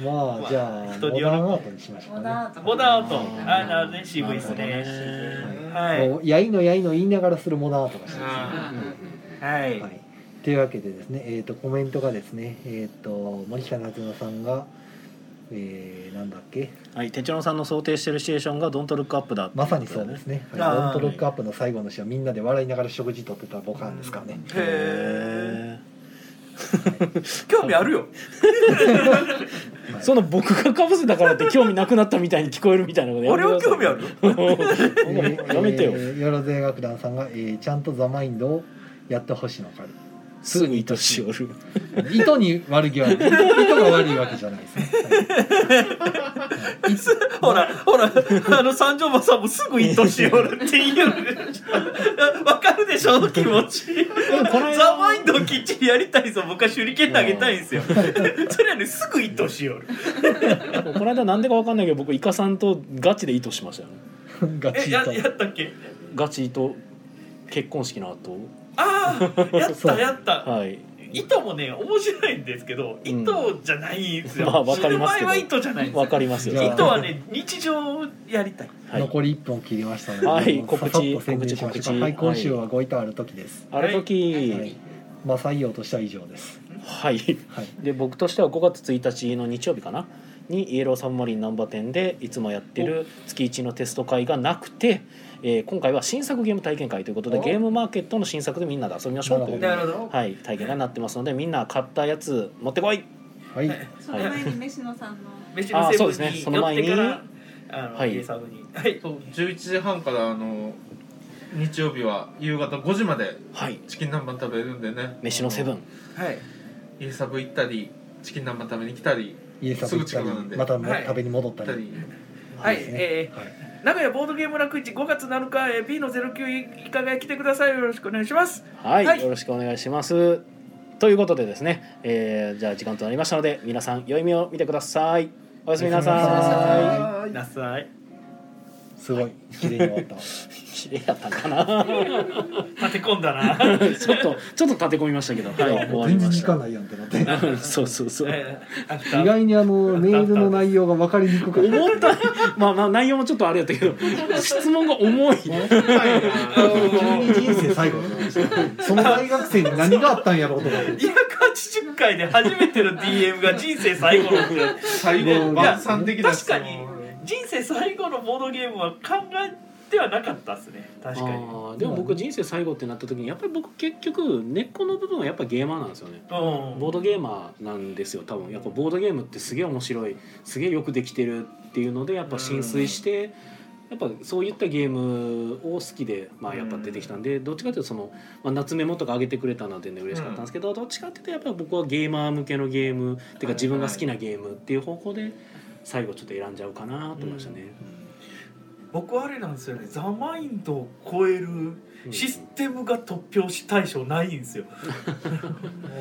ま
ま
あ
あ
じゃあ
人
モ
による
ダンアートにしましょ
モ
う
ダ
か
ンアート
モダンアートあーなるほどね渋いっす
なる
ね
ほどね
は
ね。
い
もうやいのやいの言いながらするモダンアートがしたいですね
うん
あ
うん
はい
はい、というわけでですね、えー、とコメントがですね、えー、と森下夏菜さんが、えー、なんだっけ
はい、テチロンさんの想定してるシチュエーションが「ドントルックアップだ」
まさにそうですね
あ
「
ー
はい、オントロックアップ」の最後の詩はみんなで笑いながら食事とってたボカンですからね。
へ
へ
ー興味あるよ
えその僕がかぶせたからって興味なくなったみたいに聞こえるみたいなことや
俺
め
は
てく
興味あ
だ
る
さい やめてよ
えーよろずや楽団さんが、えーちゃんとザマインドをやってほしいのか
すぐ糸しおる
糸に悪気はない 糸が悪いわけじゃないですね、 はい
ほら、ほら、あの三条馬さんもすぐ意図しよるっていう。 わかるでしょ、その気持ち。ザマインドをきっちりやりたいぞ、僕は手裏剣投げたいんです よ。それはね、すぐ意図しよる。
この間なんでかわかんないけど僕イカさんとガチで糸しましたよね
ガチ
え、
糸
や、やったっけ。
ガチ糸結婚式の後
ああやっ
そう
たやった
はい
糸もね面白いんですけど
うん
糸じゃないんですよ、
まあわかります
死ぬ前
けど
は糸じゃないんです
わ
よ
かりますよ
じゃあ
糸はね日常をやりたい
はい
残り1分を切りましたので、
はい
もう
告知
ささっと宣伝しまし
告知
ょ
告
う
知
はい、今週はごいたある時です。
ある
は
時
いまあ採用としては以上です。
はい
はい。
で僕としては5月1日の日曜日かなにイエローサブマリン難波店でいつもやってる月1のテスト会がなくて、えー今回は新作ゲーム体験会ということで
お
ゲームマーケットの新作でみんなで遊びましょうとい
な
う、
るほ
ど
はい、体験がなってますのでみんな買ったやつ持ってこい
はい。
その前に飯野さん の
飯の
あー
セ
そう
ブ
ですね
ンに
その
寄っ
前に
てからあの、
はい
イエサブにはい
そう11時半からあの日曜日は夕方5時まで
はい
チキン南蛮食べるんでね
飯のセブン
はい
家サブ行ったりチキン南蛮食べに来たり
家サブ行った
すぐ近くなん
り、
で
またも
はい
食べに戻っ
行
た
った
り。
り
はい、
ですね
え
はい
ー、名古屋ボードゲーム楽市5月7日えー B の09以下が来てくださいよろしくお願いします
はい、
はい
よろしくお願いしますということでですね、えーじゃあ時間となりましたので皆さん良い目を見てくださいおやすみな
おやすみな
さ
さ
い
い
なさい
すごい綺麗に終わった。
綺麗やったんかな
立て込んだな
ちょっとちょっと立て込みましたけどはい終わり
全然
まし
時間
た
ないやんってなって。意
そうそうそう
えーアフター
外にあのメールの内容が分かりにくくて。
思ったまあまあ内容もちょっとあれやったけど質問が重い
急 に人生最後になりましたその大学生に何があったんやろうと思って。
280回で初めての DM が人生最後のって
最
い
後
や
晩餐的な質問
確かに人生最後のボードゲームは考えてはなかったですね確かにうん
あーでも僕人生最後ってなった時にやっぱり僕結局根っこの部分はやっぱゲーマーなんですよねボードゲーマーなんですよ多分やっぱボードゲームってすげえ面白いすげえよくできてるっていうのでやっぱ浸水してやっぱそういったゲームを好きでまあやっぱ出てきたんでどっちかというとその、まあ、夏メモとか上げてくれたのでね嬉しかったんですけどどっちかっていうとやっぱり僕はゲーマー向けのゲームっていうか自分が好きなゲームっていう方向で最後ちょっと選んじゃうかなと思いましたね。
僕はあれなんですよねザ・マインドを超える
うん
システムが突拍子対象ないんですよ、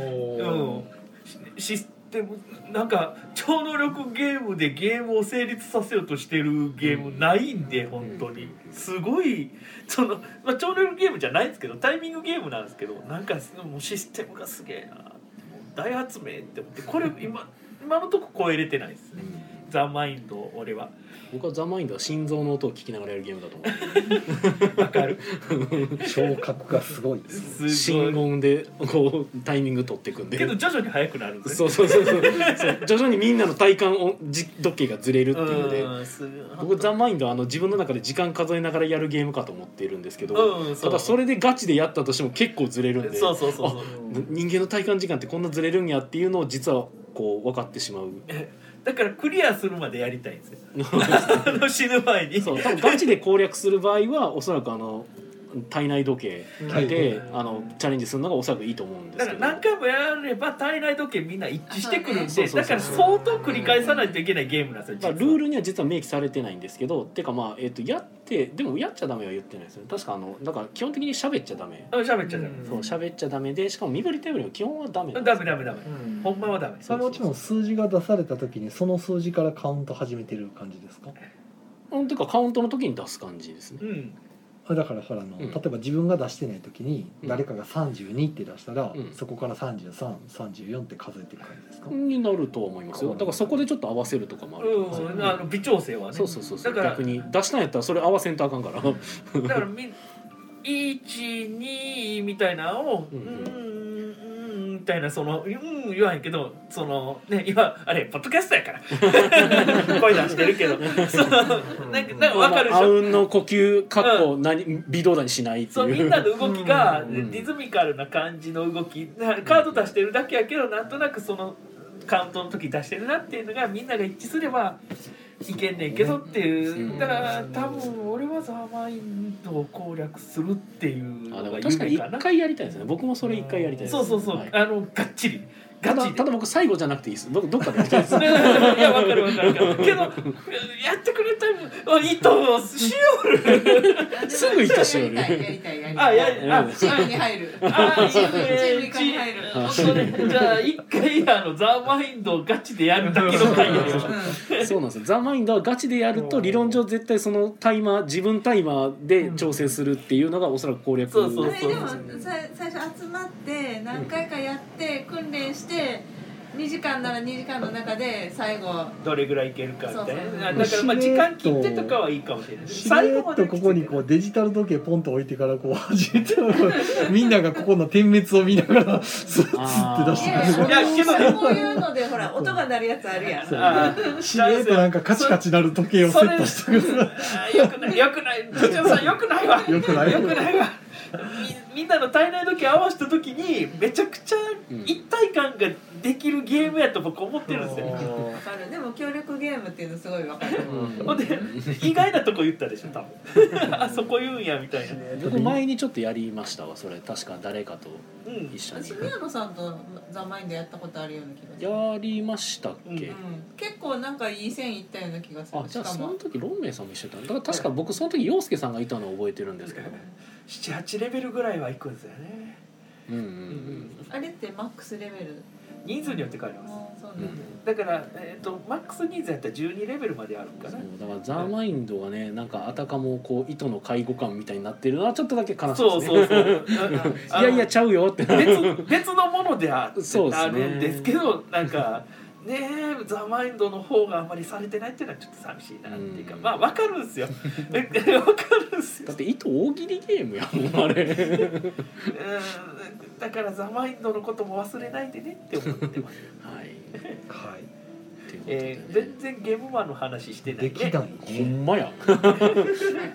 うん、シシステムなんか超能力ゲームでゲームを成立させようとしてるゲームないんで本当にすごいその、まあ、超能力ゲームじゃないんですけどタイミングゲームなんですけどなんかもうシステムがすげえなもう大発明って思って これ今今のとこ超えれてないですねザ・マインドを俺は
僕は「ザ・マインドは心臓の音を聞きながらやるゲームだと思
わかる
聴覚がすごい。
すご
う
い
心音でこうタイミング取っていくんで
けど徐々に速くなるんですね
そうそうそうそうそう徐々にみんなの体感をじ時計がずれるっていうので
うんすごい
僕「ザ・マインドはあの自分の中で時間数えながらやるゲームかと思っているんですけど、
うんそ
た
う
だそれでガチでやったとしても結構ずれるんで
そうそうそうそう
人間の体感時間ってこんなずれるんやっていうのを実はこう分かってしまう
だからクリアするまでやりたい んですよあの死ぬ前に
そう多分ガチで攻略する場合はおそらくあの体内時計であのチャレンジするのがおそらくいいと思うんで
だ
す
か
け
ら
ど
何回もやれば体内時計みんな一致してくるん
そう
で
そうそう
だから相当繰り返さないといけないゲームなんですよ実
まあ、
は
ルールには実は明記されてないんですけどてかまあ、えっとやってでもやっちゃダメは言ってないですよね確かあのだから基本的に喋っちゃダメ、
うん喋っちゃダメ
そう喋っちゃダメでしかも身振り手振りは基本はダメなんで
ダ
す
メダメダメ
うん
ほんまはダメ
そのうちも数字が出された時にその数字からカウント始めてる感じですか
うんていうかカウントの時に出す感じですね
うん
あだからほらあの、
うん
例えば自分が出してない時に
うん
誰かが32って出したら、
うん
そこから3334って数えていく感じですか、
になるとは思いますよだからそこでちょっと合わせるとかもあると思いますよ
うんあの微調整はね
そうそうそうそう
だから
逆に出したんやったらそれ合わせんとあかんから
だからみ12みたいなのを「う
うんんうん
うん」みたいなその「うん」言わへんけどそのね今あれポッドキャストやから 声出してるけどそのなんかなんか分かるで
あ
し
あ
ょ
うんの呼吸かっこ何微動だにしないって
そうみ
い
ん
う
なの動きが
うん
うん
リズミカルな感じの動きなカード出してるだけやけどなんとなくそのカウントの時出してるなっていうのがみんなが一致すればいけんねんけどっていうだから多分俺はザ・マインドを攻略するっていう
あだ
の
か
が
ら確かに
夢か
一
な。
回やりたいですね僕もそれ一回やりたいです
そうそうそう、
はい
あのがっちりガ
た
チ
だ
で
ただ僕最後じゃなくていいです僕どっかでやりたいです
いやわかるわかるわかるけどやってくれたらいいと思 うしよ
すぐ行ったし
やりたいやりたいやり
あ
た
い
い
やあ
チームに入る
あいい
チ
ね
ームに入る
うじゃあ一回あのザ・マインドをガチでやるだけの回やりましょう
そうなんですよザ・マインドはガチでやると理論上絶対そのタイマー自分タイマーで調整するっていうのがおそらく攻略
そうそう
あれでもさ最初集まって何回かやって訓練して2時間なら2時間の中で最後
どれぐらいいけるかみたい
そうそう
なだからまあ時間切ってとかはいいかもしれない
しれっとここにこうデジタル時計ポンと置いてからこう始めてみんながここの点滅を見ながらスッスッ って出して
いや
くれる
いやけどね
こういうのでほら音が鳴るやつあるやん
そう
ああ
しれっとなんかカチカチ鳴る時計をセットしてくる
あよくないよくない部長さんよくないわ
よくない
よくないわみみんなの体内時計合わせた時にめちゃくちゃ一体感ができるゲームやと僕思ってるんですよ、
わかるでも協力ゲームっていうのすごいわかる
ほんで意外なとこ言ったでしょ多分あそこ言うんやみたいな、
僕前にちょっとやりましたわそれ確か誰かと
うん
一緒に
私宮野さんとザ・マインドやったことあるような気がする、
やりましたっけ、
うん、結構なんかいい線いったような気がする
あじゃあ
しか
そ
も
の時ロンメイさんも一緒だっただから確か僕その時陽介さんがいたのを覚えてるんですけど
78レベルぐらいは行くんですよね、
うんうん
あれってマックスレベル
人数によって変わります
そう
うんう
なん
ん
だ
だから、えー、とマックス人数やったら12レベルまであるんか
そ
な
うだからザ・マインドがねなんかあたかもこう糸の介護官みたいになってるのはちょっとだけ悲しい
そう
ですね
そうそう
い
あ
やいやちゃうよって
別別のものであって
そうですね
あるんですけどなんかねえザ・マインドの方があんまりされてないっていうのはちょっと寂しいなっていうか
うん
まあわかるん ですよわかるんですよ
だって糸大喜利ゲームやもんあれ
うんだからザ・マインドのことも忘れないでねって思って ます、
はい
はい
ということでね
えー全然ゲームマンの話してない
できたの
ほん まや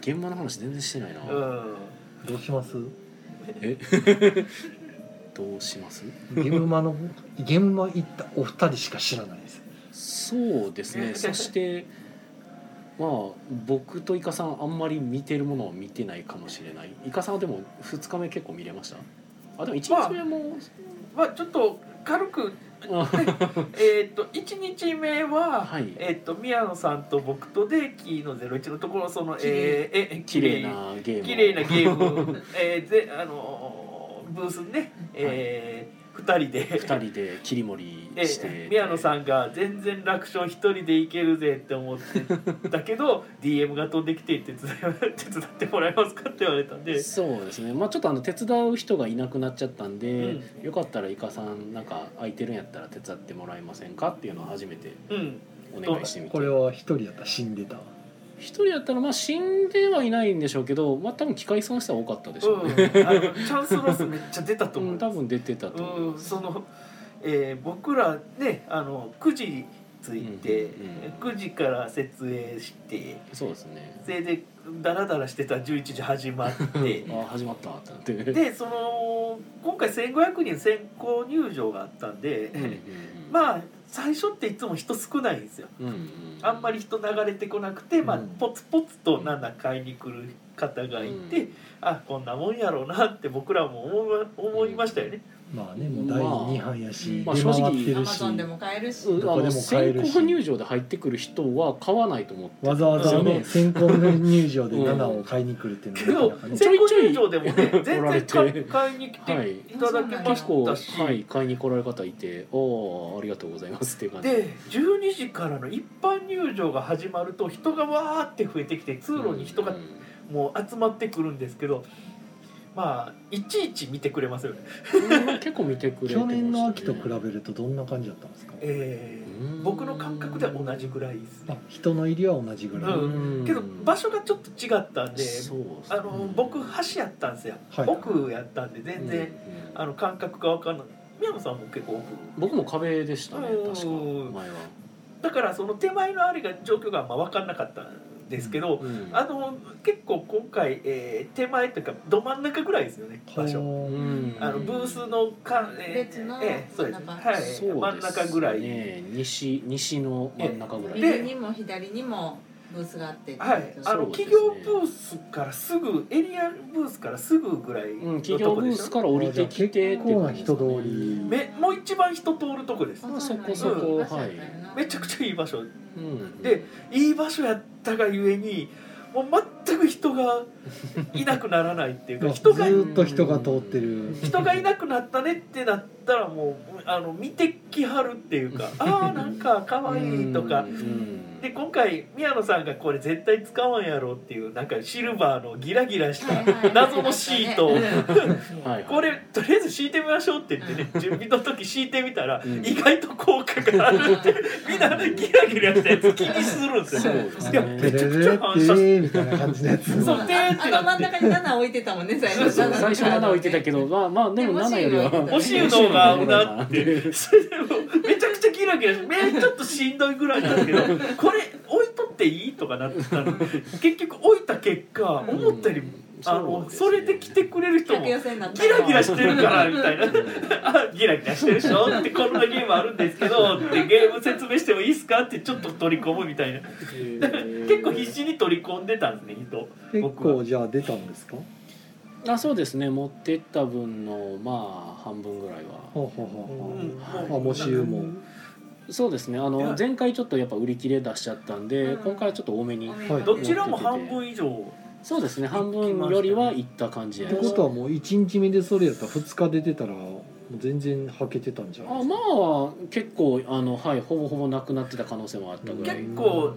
現場の話全然してないな、
うん
どうします
えどうします
ゲムマのゲムマ行ったお二人しか知らないです
そうです ねそしてまあ僕とイカさんあんまり見てるものは見てないかもしれないイカさんはでも2日目結構見れましたあでも1日目も、
まあちょっと軽く
あ
えー、と1日目は、
はい
えー、と宮野さんと僕とで「キーの01」のところその
綺麗
えーええ
綺麗なゲームを
綺麗なゲーム、えーであのーブースにね、えー2人で
2人で切り盛りして、
で宮野さんが全然楽勝一人でいけるぜって思ってたけ ど DM が飛んできて手伝い手伝ってもらえますかって言われたんで。
そうですね、まあ、ちょっとあの手伝う人がいなくなっちゃったんで、
う
よかったらイカさんなんか空いてるんやったら手伝ってもらえませんかっていうのを初めて
うん、
お願いしてみて
これは一人やったら死んでた
一人やったらまあ死んではいないんでしょうけど、まあ、多分機械損失は多かったでしょ
う
うね、
ん、あのチャンスロスめっちゃ出たと
うん
思う、
多分出てたと思い
うん、
ます、
その、えー僕らねあの9時に着いて、
うんうん
9時から設営して
そうですね
それでダラダラしてたら11時始まって
あー始まったってなって
でその今回1500人先行入場があったんで、
うんうんうん
まあ最初っていつも人少ないんですよ。
うんうん
あんまり人流れてこなくて、まあ
うん、
ポツポツとなんだ買いに来る方がいて、
うん
あこんなもんやろうなって僕らも思いま思いましたよね。
まあねもう第2波やし、
まあ
出
まあ
回って
ア
る
マ
し、
ゾンでも買えるし、
うん
どこ
あ
で
の
も買え
先
るし
行入場で入ってくる人は買わないと思って
わざわざね先行入場で
うん
7を買いに来るって
け
いうの
ど
はなかなかね
ちょ
先
い
行
ちょい
入場で もね全
おられ
然
て
買買いに来
は
て
い
いただけま
結
し
構、
たし、
はい、買いに来られる方いて「おおありがとうございます」っていう感じ
で12時からの一般入場が始まると人がわーって増えてきて通路に人が
うんうん
もう集まってくるんですけどまあいちいち見てくれますよね。
うん結構見てくれてました
去
ね
年の秋と比べるとどんな感じだったんですか
えー僕の感覚では同じぐらいですね
あ。人の入りは同じぐらい、
うんけど場所がちょっと違ったんで、
そうです
あの僕橋やったんですよ、
はい
奥やったんで全然、
うん
あの感覚が分かんない宮野さんも結構奥
僕も壁でしたね
うん
確か前は、
だからその手前のあれが状況があんま分かんなかったんですけど、
うん
あの結構今回、えー手前というかど真ん中ぐらいですよね場所。
う
は
ん
あのブースのか、え
列
ー
の
えーそうですね
真ん中
はい、
そうですね
真ん中ぐらい、
西西の真ん中ぐらい
右にも左にもブースがあってってう
はい、あの
そうですね
企業ブースからすぐエリアブースからすぐぐらい
うん、
の
企
と
業
こ
ブ
で
ー
し
ス
ょ、
から降りてきてっていう
結構な
感じです
人
かね
通り
めもう一番人通るとこです
あそこ
うなんや
そこ
はい
めちゃくちゃいい場所
う
うん
ん、
でいい場所やったがゆえにもう全く人がいなくならないっていう
ず
か人が
ーっと人が通ってる
人がいなくなったねってなったらもうあの見てきはるっていう かああなんか可愛いとか
うんうん
で今回宮野さんがこれ絶対使わんやろっていうなんかシルバーのギラギラし
は
た
いはい
謎のシートを
う
は
ん
いはい
これとりあえず敷いてみましょうって言って ね準備の時敷いてみたら
うん
意外と効果があるってみんなギラギラしたやつ気にするんです
そう
よね。
です
いや
ね
テレレレってみたいな感じのやつ
そう でーって
あ
なっ
の
て
真ん中に7置いてたもんね最初
そう最初7置いてたけどまあまあでも7よりは
でも
おしゅうの方が合うなっ
う
てそれでもめちゃくちゃギラギラして目ちょっとしんどいぐらいなんだけ どこれ置いとっていいとかなってたの結局置いた結果思ったよりあのそれで来てくれる人も
客寄せになった
ギラギラしてるからみたいな「あギラギラしてるでしょ」って「こんなゲームあるんですけど」って「ゲーム説明してもいいですか?」ってちょっと取り込むみたいな結構必死に取り込んでたんですね人
結
僕は
構じゃあ出たんですか
あそうですね持ってった分のまあ半分ぐらいは
ほうほうほうほ
うん
うあもし言うも
そうですねあ
いや
の前回ちょっとやっぱ売り切れ出しちゃったんで
うん
今回はちょっと多めに
はい
どちらも半分以上
そうですね半分よりはいった感じ
っ
や
てことはもう1日目でそれやったら2日で出たらもう全然はけてたんじゃ
あ
ない
まあ結構あのはいほぼほぼなくなってた可能性もあったぐらい
結構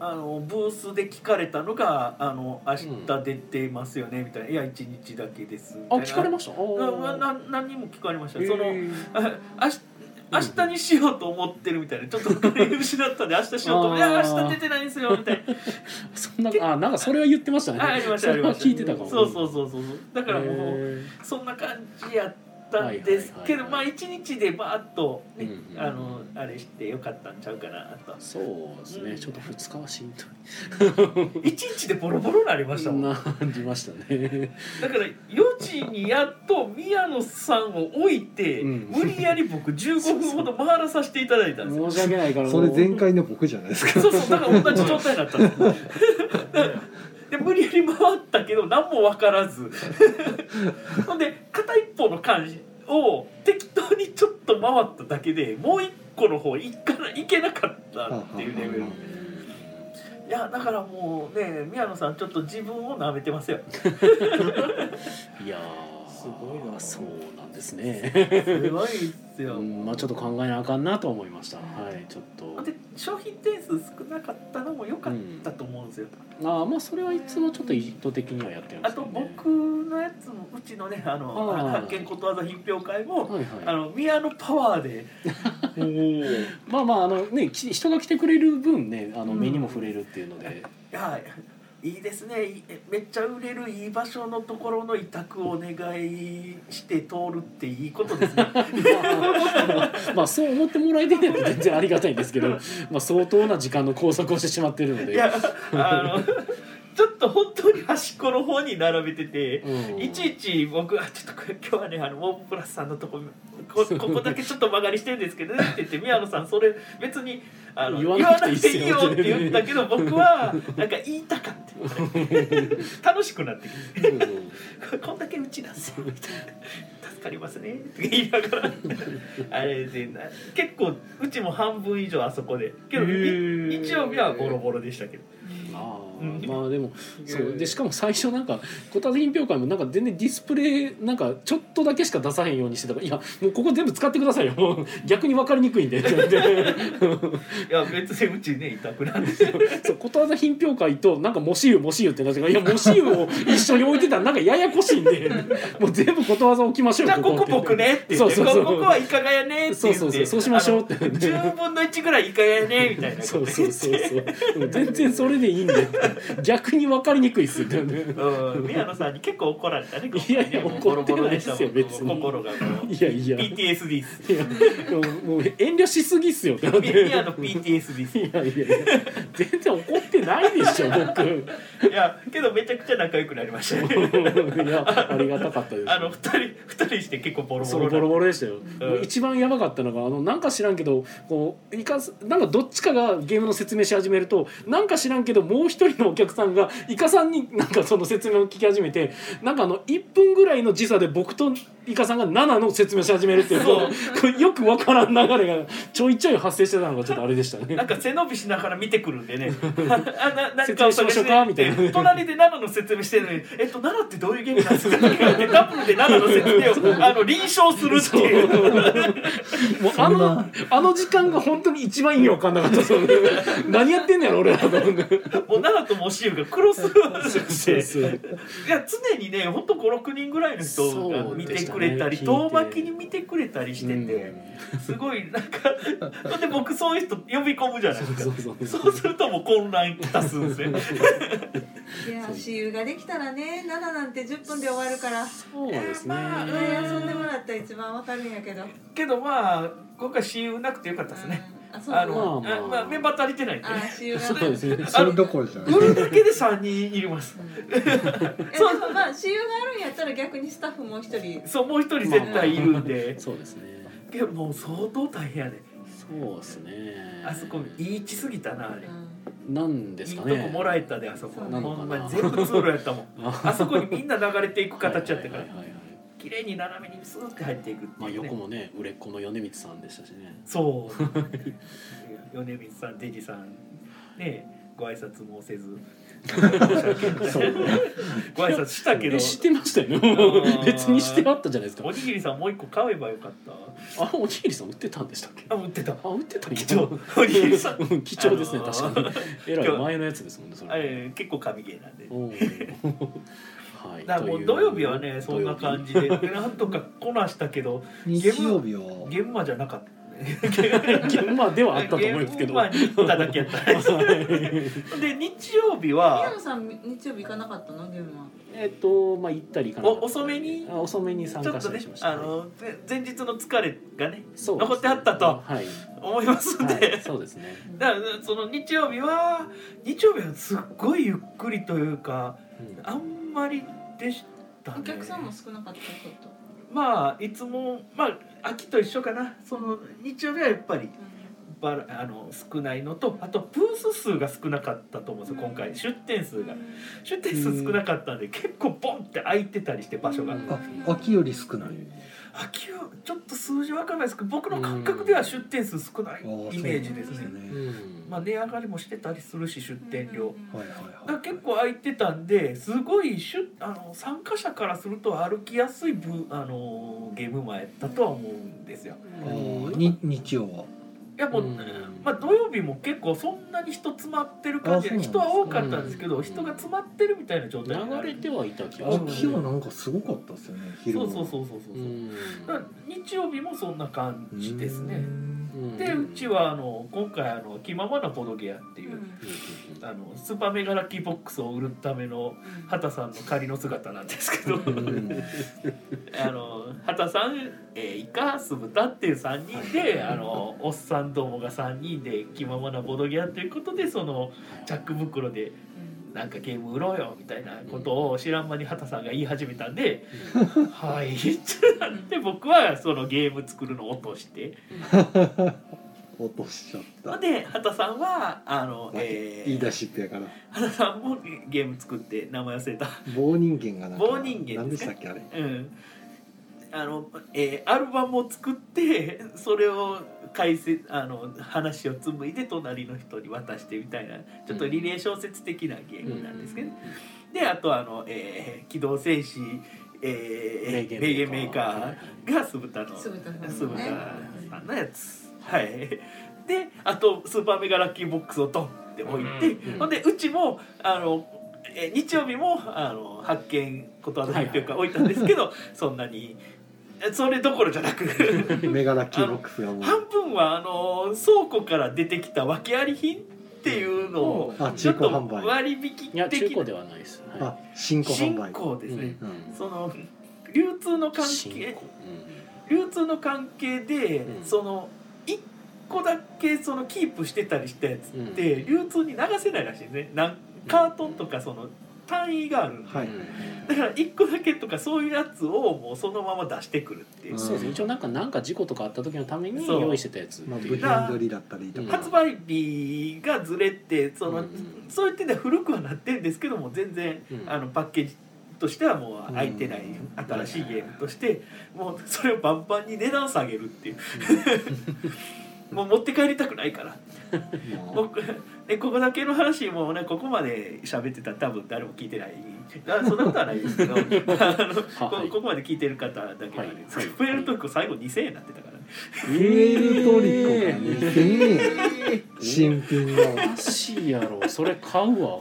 あのブースで聞かれたのが「あの明日出てますよね」みたいな「いや1日だけです」み
あ
たいな
聞かれましたあ
な
ー
な何人も聞かれました
へー
その ああし明日にしようと思ってるみたいなちょっとお金失ったんで明日しようと思って「いや
あー
明日出てないんですよ」みたい な
そんなあなんかそれは言ってましたね
あありましたありました
それは聞いてたかも
そうそうそうそうだからもう
へ
そんな感じやったんですけど
はい
まあ
はいはいはい
1日でバーッとね
うんうん
あのあれしてよかったんちゃうかなと
ーそうです
うん
ねちょっと2日はしんどい
1日でボロボロになりましたもん
なりましたね。
だから4時にやっと宮野さんを置いて、
うん
無理やり僕15分ほど回らさせていただいたんですよ
申し訳ないから。
それ前
も
回の僕じゃないですか
そうそうだから同じ状態だったんですよで無理やり回ったけど何も分からずほんで片一方の感じを適当にちょっと回っただけでもう一個の方行かな行けなかったっていうレベル
は
いやだからもうね宮野さんちょっと自分を舐めてますよ
ういやー。
すごいな
そうなんです ね。
すごいです
う
よ、
んまあちょっと考えなあかんなと思いました。はい、ちょっと。
で商品点数少なかったのも良かったと思うんですよ、
ああ、まあそれはいつもちょっと意図的にはやってるんで
あ
すけ
と
ど、ね。
僕のやつもうちのねあの
あー
発見ことわざ品評会も、
はい
あ
はい。
の宮のパワーで
まあまああのねき人が来てくれる分ねあの
うん
目にも触れるっていうので、
はいいいですねいめっちゃ売れるいい場所のところの委託をお願いして通るっていいことです ね
まあそう思ってもらえてるのは全然ありがたいんですけど、まあ相当な時間の拘束をしてしまってるので。
いやあのちょっと本当に端っこの方に並べてて、
うん
いちいち僕はちょっとこれ今日はねあのモンブラスさんのとこ こここだけちょっと曲がりしてるんですけどねって言って宮野さんそれ別にあの
言
言
わ
わ
な
な
くてい
くて
いっすよ
いいよって言ったけど僕 はなんか言いたかった楽しくなってきて
うん
こんだけうちなんですよみたいな助かりますねって言いながらあれでな結構うちも半分以上あそこでけどい日曜日はボロボロでしたけど
あ
うん
ーまあでもそうでしかも最初なんかこたつ品評会もなんか全然ディスプレイなんかちょっとだけしか出さへんようにしてたから「いやもうここ全部使ってくださいよ逆に分かりにくいんで」って言って
いや別にうちね痛くなんで
そうことわざ品評会となんか「もしゆもしゆ」ってなってたから「いやもしゆを一緒に置いてたらなんかややこしいんでもう全部ことわざ置きましょ う
じゃあここ
って
僕ねって言って
そうそうそう
ここはいかがやねって言って
そうそうそうそうしましょうって
あの10分の1ぐらいいかがやねみたいなこと
そうそうそうそううん全然それでいいんでって逆に分かりにくいっす よね
うん、宮野さんに結構怒られたね。
いやいや
今回ね
怒ってないっす
ボ
よ
ロボロでしたもん
別
心がもう
いやいやい
PTSD っす。
やもう遠慮しすぎっすよだって
宮野 PTSD っす。
いやいやいや全然怒ってないでしょ僕
いやけどめちゃくちゃ仲良くなりましたね。
いやありがたかったです
あの二人二人して結構ボロ
そ
ボロ
のボ
な
ロボロでしたよ、
うん
もう一番やばかったのがあのなんか知らんけどこういかすなんかどっちかがゲームの説明し始めるとなんか知らんけどもう一人のお客さんがイカさんになんかその説明を聞き始めてなんかあの1分ぐらいの時差で僕とイカさんが7の説明し始めるっていうこうこうよくわからん流れがちょいちょい発生してたのがちょっとあれでした ね
なんか背伸びしながら見てくるん でねあななんかお
説明
探
しましょう
し
か
て
みたいな
隣で奈良の説明してるのに「えっと奈良ってどういうゲームなんですか?」って言ってダブルで奈良の説 明をあの臨床するっていう
もうあ
そん
の
な
あの時間が本当に一番意味わかんなかったですよ ね何やってんのやろ俺らと思って
もう奈良と申し湯がクロスワードして
そう
いや常にねほんと56人ぐらいの人が見てくれたり
そうでしたね聞いて
遠巻きに見てくれたりしてて、
う
すごいなんかほんで僕そういう人呼び込むじゃないで
ん
す
そ
か
うそう
そうするともう混乱きたすんですね
いや私有ができたらね7なんて10分で終わるから、
そうですね。
まあ、遊んでもらったら一番わかるんやけど、うん、
けどまあ今回私有なくてよかったですね
あそう
あの、
まあまあ
あまあ、メンバー足りてないんで
あ
ね。
私有が
そうですね。
それどころじゃない
売るだけで三人いります。
えでもまあ私有があるんやったら逆にスタッフもう一人
そう、もう一人絶対いるんで。
そうですね。
けど、もう相当大変やで。
そうですね。
あそこ、いい位置すぎたな、あれ。
う
なんです
いい
か
と
ね。
こもらえたで、あそこ。
そう
ほ
なの
かなん
まに全部通路やった もん。あそこにみんな流れていく形やったから
はいはいはいはい
綺麗に斜めにスーッて入っていくっていうね
まあ横もね、売れっ子の米光さんでしたしね。
そう 米光さんデジさんねご挨拶もせ ずご挨拶したけど
えしてましたよ
あ
ね。
ー
別にしてあったじゃないですか
お。にぎりさんもう一個買えばよかった
あ、おにぎりさん売ってたんでしたっけ。
あ売ってた
あ、売ってたんや。
貴重おにぎりさん
うん 貴重ですね
あの
確
ー
かに。えらい前のやつですもんねそ
あ
れ。
れ結構神ゲーなんで
おーはい。
だからも
という
土曜日はねそんな感じででなんとかこなしたけど
日曜日は
現場じゃなかった
現場ではあったと思うんですけど。
現場に行っただけやったで日曜日
ん、宮
は
野さん日曜日行かなかったのゲームは
えっとまあ行ったり行かなかったり
お遅めに
あ遅めに
ち
参
ょ
加
っ
し
と
た
ね
りしました
あのぜ前日の疲れがね
そう
残ってあったと
はい、
思いますんで、
はい、そうですね、
だからその日曜日は日曜日はすっごいゆっくりというか
うん
あんまりでしたね
お客さんも少なかったちょっと、
まあいつもまあ秋と一緒かなその日曜日はやっぱり
う
バラあの少ないのとあとブース数が少なかったと思うんですよ今回出店数
ん
が出店数少なかったんで結構ボンって空いてたりして場所が
うん
あ秋より少ない
秋はちょっと数字わかんないですけど僕の感覚では出店数少ない
あ
イ
ー
メージです
そう
ね
なん
う
ね
ん
まあ値上がりもしてたりするし出店量
うん
はいはい
だか
は
ら
い
結構空いてたんですごいしゅあの参加者からすると歩きやすいブあのゲーム前だとは思うんですよ。
あーに日曜は
でも、
うん
まあ、土曜日も結構そんなに人詰まってる感じで
あ
人
そうなん
は多か
ですか
ったんですけど、
うん
人が詰まってるみたいな状態にな
流
る
れてはいた気がします
秋
ね
はなんかすごかったですよね昼
そ
間
うそうそうそうそうう、
ん
だから日曜日もそんな感じです
う
ね。
ん
うん
でうちはあの今回あの「気ままなボドゲア」って
う
いう、
ん
うんうん
あのスーパーメガラッキーボックスを売るための
うん
畑さんの仮の姿なんですけど。
うん
あの畑さん、えー、イカ酢豚っていう3人であのおっさんどもが3人で気ままなボドゲやということでそのチャック袋でなんかゲーム売ろうよみたいなことを知らん間に畑さんが言い始めたんで「はい」ってなって僕はそのゲーム作るのを落として
落としちゃった
で畑さんはあの、え
言い
ー、
出しっぺやから
畑さんもゲーム作って名前忘れた。
棒人間がなんか
棒人間
何
で
ですし
ね
たっけあれ
うんあのえーアルバムを作ってそれを解説あの話を紡いで隣の人に渡してみたいなちょっとリレー小説的なゲームなんですけど、であとあの、えー機動戦士」えー「名言メーカー」が酢豚の
酢豚さんのね
酢豚さんのやつ。はい、であとスーパーメガラッキーボックスをドンって置いて、
うん
ほんでうちもあのえー日曜日もあの発見ことわざ発表会置いたんですけど、そんなにえそれどころじゃなく
メガラッキーボックスがもう
半分はあの倉庫から出てきた訳あり品っていうのを
あ
ちょ
中
っ
古
と
販売
割引
いや中
的
古ではないです、はい
あ新興販
新
売
興ですね、
うん
その流通の関
新
係
興
流通の関係で、
うん
その1個だけそのキープしてたりしたやつって、流通に流せないらしいですねなんカートンとかその単位があるんで、
はい
うん
だから1個だけとかそういうやつをもうそのまま出してくるっていう
うんそうですね一応なんかなんか事故とかあった時のために
そう
用意してたやつって
まあ、
い
部
う、
品取りだったりと
うん
か、
発売日がずれてその、
うんうん
そういう点では古くはなってるんですけども全然、
うん
あのパッケージとしてはもう開いてない、
うん
新しいゲームとして、もうそれをバンバンに値段下げるっていう、 もう持って帰りたくないから
も
僕でここだけの話もうねここまで喋ってたら多分誰も聞いてないあそんなことはないですけ どあのこ
はい
ここまで聞いてる方だけなんですけど、プエルトリコ最後2000円になってたからね
うプエルトリコが2000円新品の
おかしいやろそれ買うわ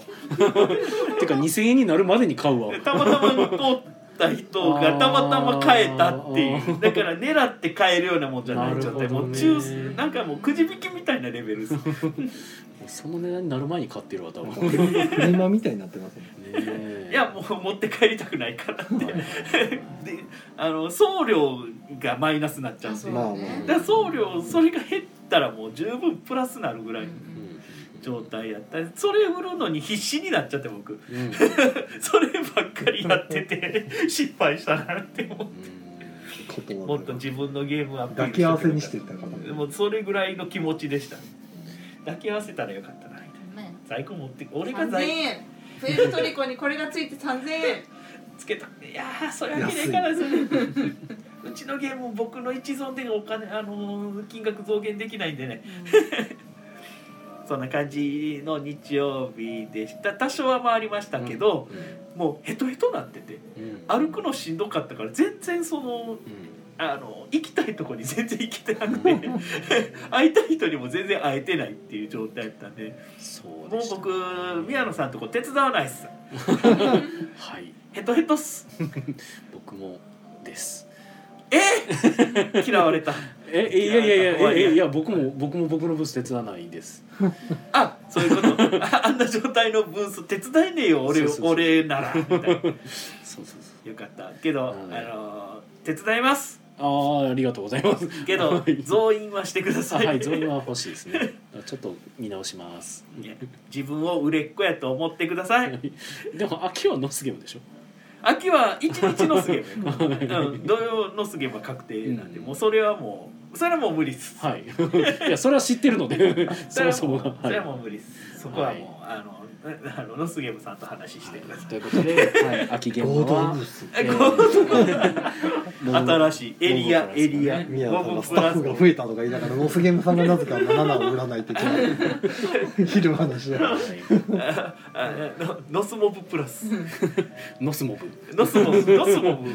てか2000円になるまでに買うわ
でたまたま通った人がたまたま帰ったってい
あ
う
ー
だから狙って買えるようなもんじゃない状態、
なるほ
も
ど
う
ね
中なんかもうくじ引きみたいなレベルです
その値段になる前に買ってるわ多分ね
車みたいになってますね
え
いやもう持って帰りたくないからって
はいはい
であの送料がマイナスになっちゃうんで
そう
だか
まあまあ
ら送料それが減ったらもう十分プラスなるぐらいの
う
状態やったそれ売るのに必死になっちゃって僕
んうん
そればっかりやってて 失敗したなって思う
こと
もっと自分のゲームア
抱き合わせにしてたか
で
ら
もそれぐらいの気持ちでした、ね、抱き合わせたらよかったなみたいな
ね
在庫持って俺が
3000
在庫
円プエルトリコにこれがついて3000円
つけたいやーそれはきれいからですよね うちのゲーム僕の一存でお金あのー金額増減できないんでねそんな感じの日曜日でした多少は回りましたけど、もうヘトヘトなってて
うん
歩くのしんどかったから全然その
うん
あの行きたいとこに全然行けてなく て会いたい人にも全然会えてないっていう状態だったんで
そう
も
で
う
した
僕宮野さんとこ手伝わないっす
はい
ヘトヘトっす
僕もです
えー嫌われ た
えいやいやいやいやいや僕も僕も僕のブース手伝わないです
あそういうこと ああんな状態のブース手伝えねえよ俺
そうそうそう
俺ならみたいなよ
そうそうそう
かったけど、
うん
あの手伝い ます
ああありがとうございます
けど
はい
増員はしてくだ
あ
さい、
はい増員は欲しいですねちょっと見直します
いや自分を売れっ子やと思ってくださ い
でも秋はノスゲームでしょ
秋は一日のす ゲーム、うん、土曜のすゲームは確定なんで、
うん
もうそれはもうそれはもう無理っす、
はい いやそれは知ってるのでそもそもが
それは
はい
もう無理です。そこはもう、あの、あの、ノスゲームさんと話してください。
ということで、はい、秋ゲー
合
ム
同
は
ブース
え
えー
こう
もう
新しいエリア、エリア、
宮野さん
ゴム
が
プ
スタ
ラ
ッ
ス
フが増えたとか言いながらノースゲームさんがなぜか7を売らないと いけない昼話で
はい
ああのノスモブプラス。
ノスモブ
ノスモブ、ノスモブ。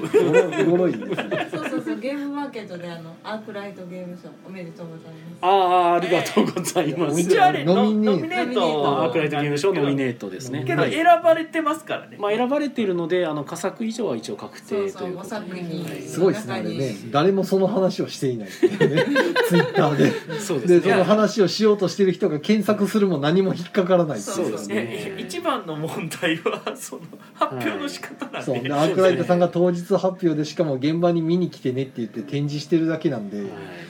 おもろいですね
そうそうそうゲームマーケットであのアークライトゲームショーおめでとうございます
ああありがとうございます、
一応あれ、ノ
ノミネー
ノ
ト
ミネー
ま
ト。
あ、アークライトゲームショーノミネ
ー
ートですね。
けど、
はい
選ばれてますからね。
まあ、選ばれているので、あの佳作以上は一応確
そ
定
う
と
そ
いうう
お
こと
作
で。
品
すごいですねあれね誰もその話をしていないっていうねツイッターで
そう
で
です
その
ね。
話をしようとしてる人が検索するも何も引っかからないってい
そうです
ね
ええ一番の問題は、その発表の仕方なん
そう
で。
でアークライトさんが当日発表でしかも現場に見に来てねって言って展示してるだけなんで、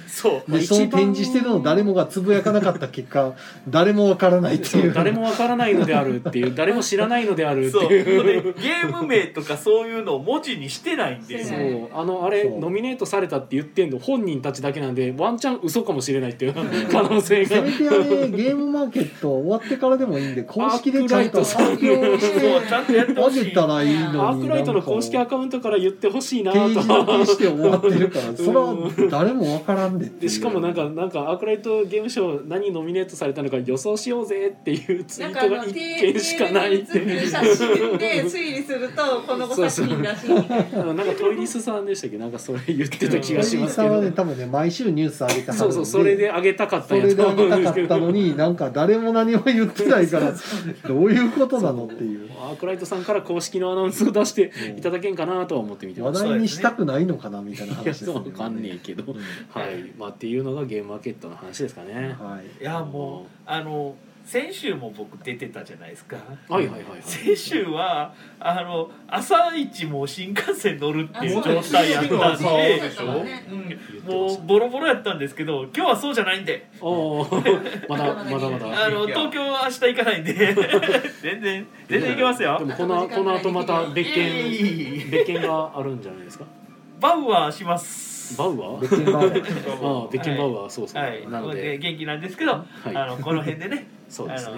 そう。
まあ
でその
一番
展示してるのを誰もがつぶやかなかった結果誰もわからないって
そ
いう う
誰もわからないのであるって いう誰も知らないのであるって
そう
い
で
う
ゲーム名とかそういうのを文字にしてないんで
そ
そううあのあれ
そう
ノミネートされたって言ってんの本人たちだけなんでワンチャン嘘かもしれないっていう可能性が
せめてあれゲームマーケット終わってからでもいいんで公式でちゃんと
アー
発
ク
表
ラ
そ
イトさん
う
して
ちゃんとやって
あ
ほし
げ
い
たらいいのに
アークライトの公式
な
ア
んか
カウントから言ってほしいな
ページ
と。
だけして終わってるからそれは誰もわからんでってい
で
う
しかもなんかなんかアークライトゲームショー何ノミネートされたのか予想しようぜっていうツイ
な
ー
んかあ
ト
の
が
T
一
L
件しかないって
に写真で推理するとこの子作品 らしいみたいな
あのなんかトイリスさんでしたっけなんかそれ言ってた気がします
さ
け
んは
ど
ね多分ね毎週ニュース上げてはるんで
そうそうそれであげたかっ
そ
たんや
れで
と
あ
思
げ
うんです
たか
け
った
ど
のになんか誰も何も言ってないからどういうことなのっていう
アークライトさんから公式のアナウンスを出していただけんかなとは思って見てま
話
したい
題にしたくないのかなみたいな話
や
です
そうわかんねえけどはいまあっていうのがゲームマーケットの話ですかね
はい
いやもうあの先週も僕出てたじゃないですか
はいはいはいはい
先週はあの朝一もう新幹線乗るっていう
あ
状態やったん
そうです
で
ね
うん
言ってま
も
した
うボロボロやったんですけど今日はそうじゃないんで
おー まだまだまだ
あの東京は明日行か ないんで全然全然行きます
で
よ
もこのこの後また別
いえいえ
件
いえいえ
別件があるんじゃないですか
バウアーします
バウア
別
ー
件がある
ああ別件バウアーそうです
はい
ねな
な
の
ので
で
元気なんですけど、
はい
あのこの辺でね
そうですね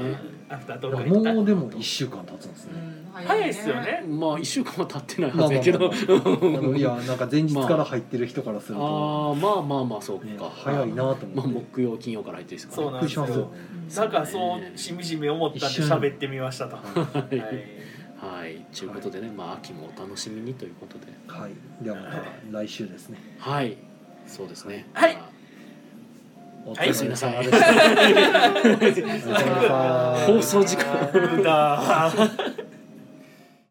あのアフタートークにとか
もうでも1週間経つんですね、
早いですよね
まあ1週間は経ってない
ま
は
あ
ず
ま
や
あ
けど
まあまあいやなんか前日から入ってる人からすると、
ああまあまあまあそう
ね
か
早いなと
まあ
思って
木曜金曜から入ってるんですか
そう
ら
な
ね
んですよ
びっくりしますよ
なんかそうしみじみ思ったんで
一緒に
喋ってみましたと。
はい
はい
はいということでねまあ秋もお楽しみにということで
はいではまた来週ですね
はいそうですね
はい
まあ
お
はい
疲れ様 でした、お疲れ様でした
放送時間
無駄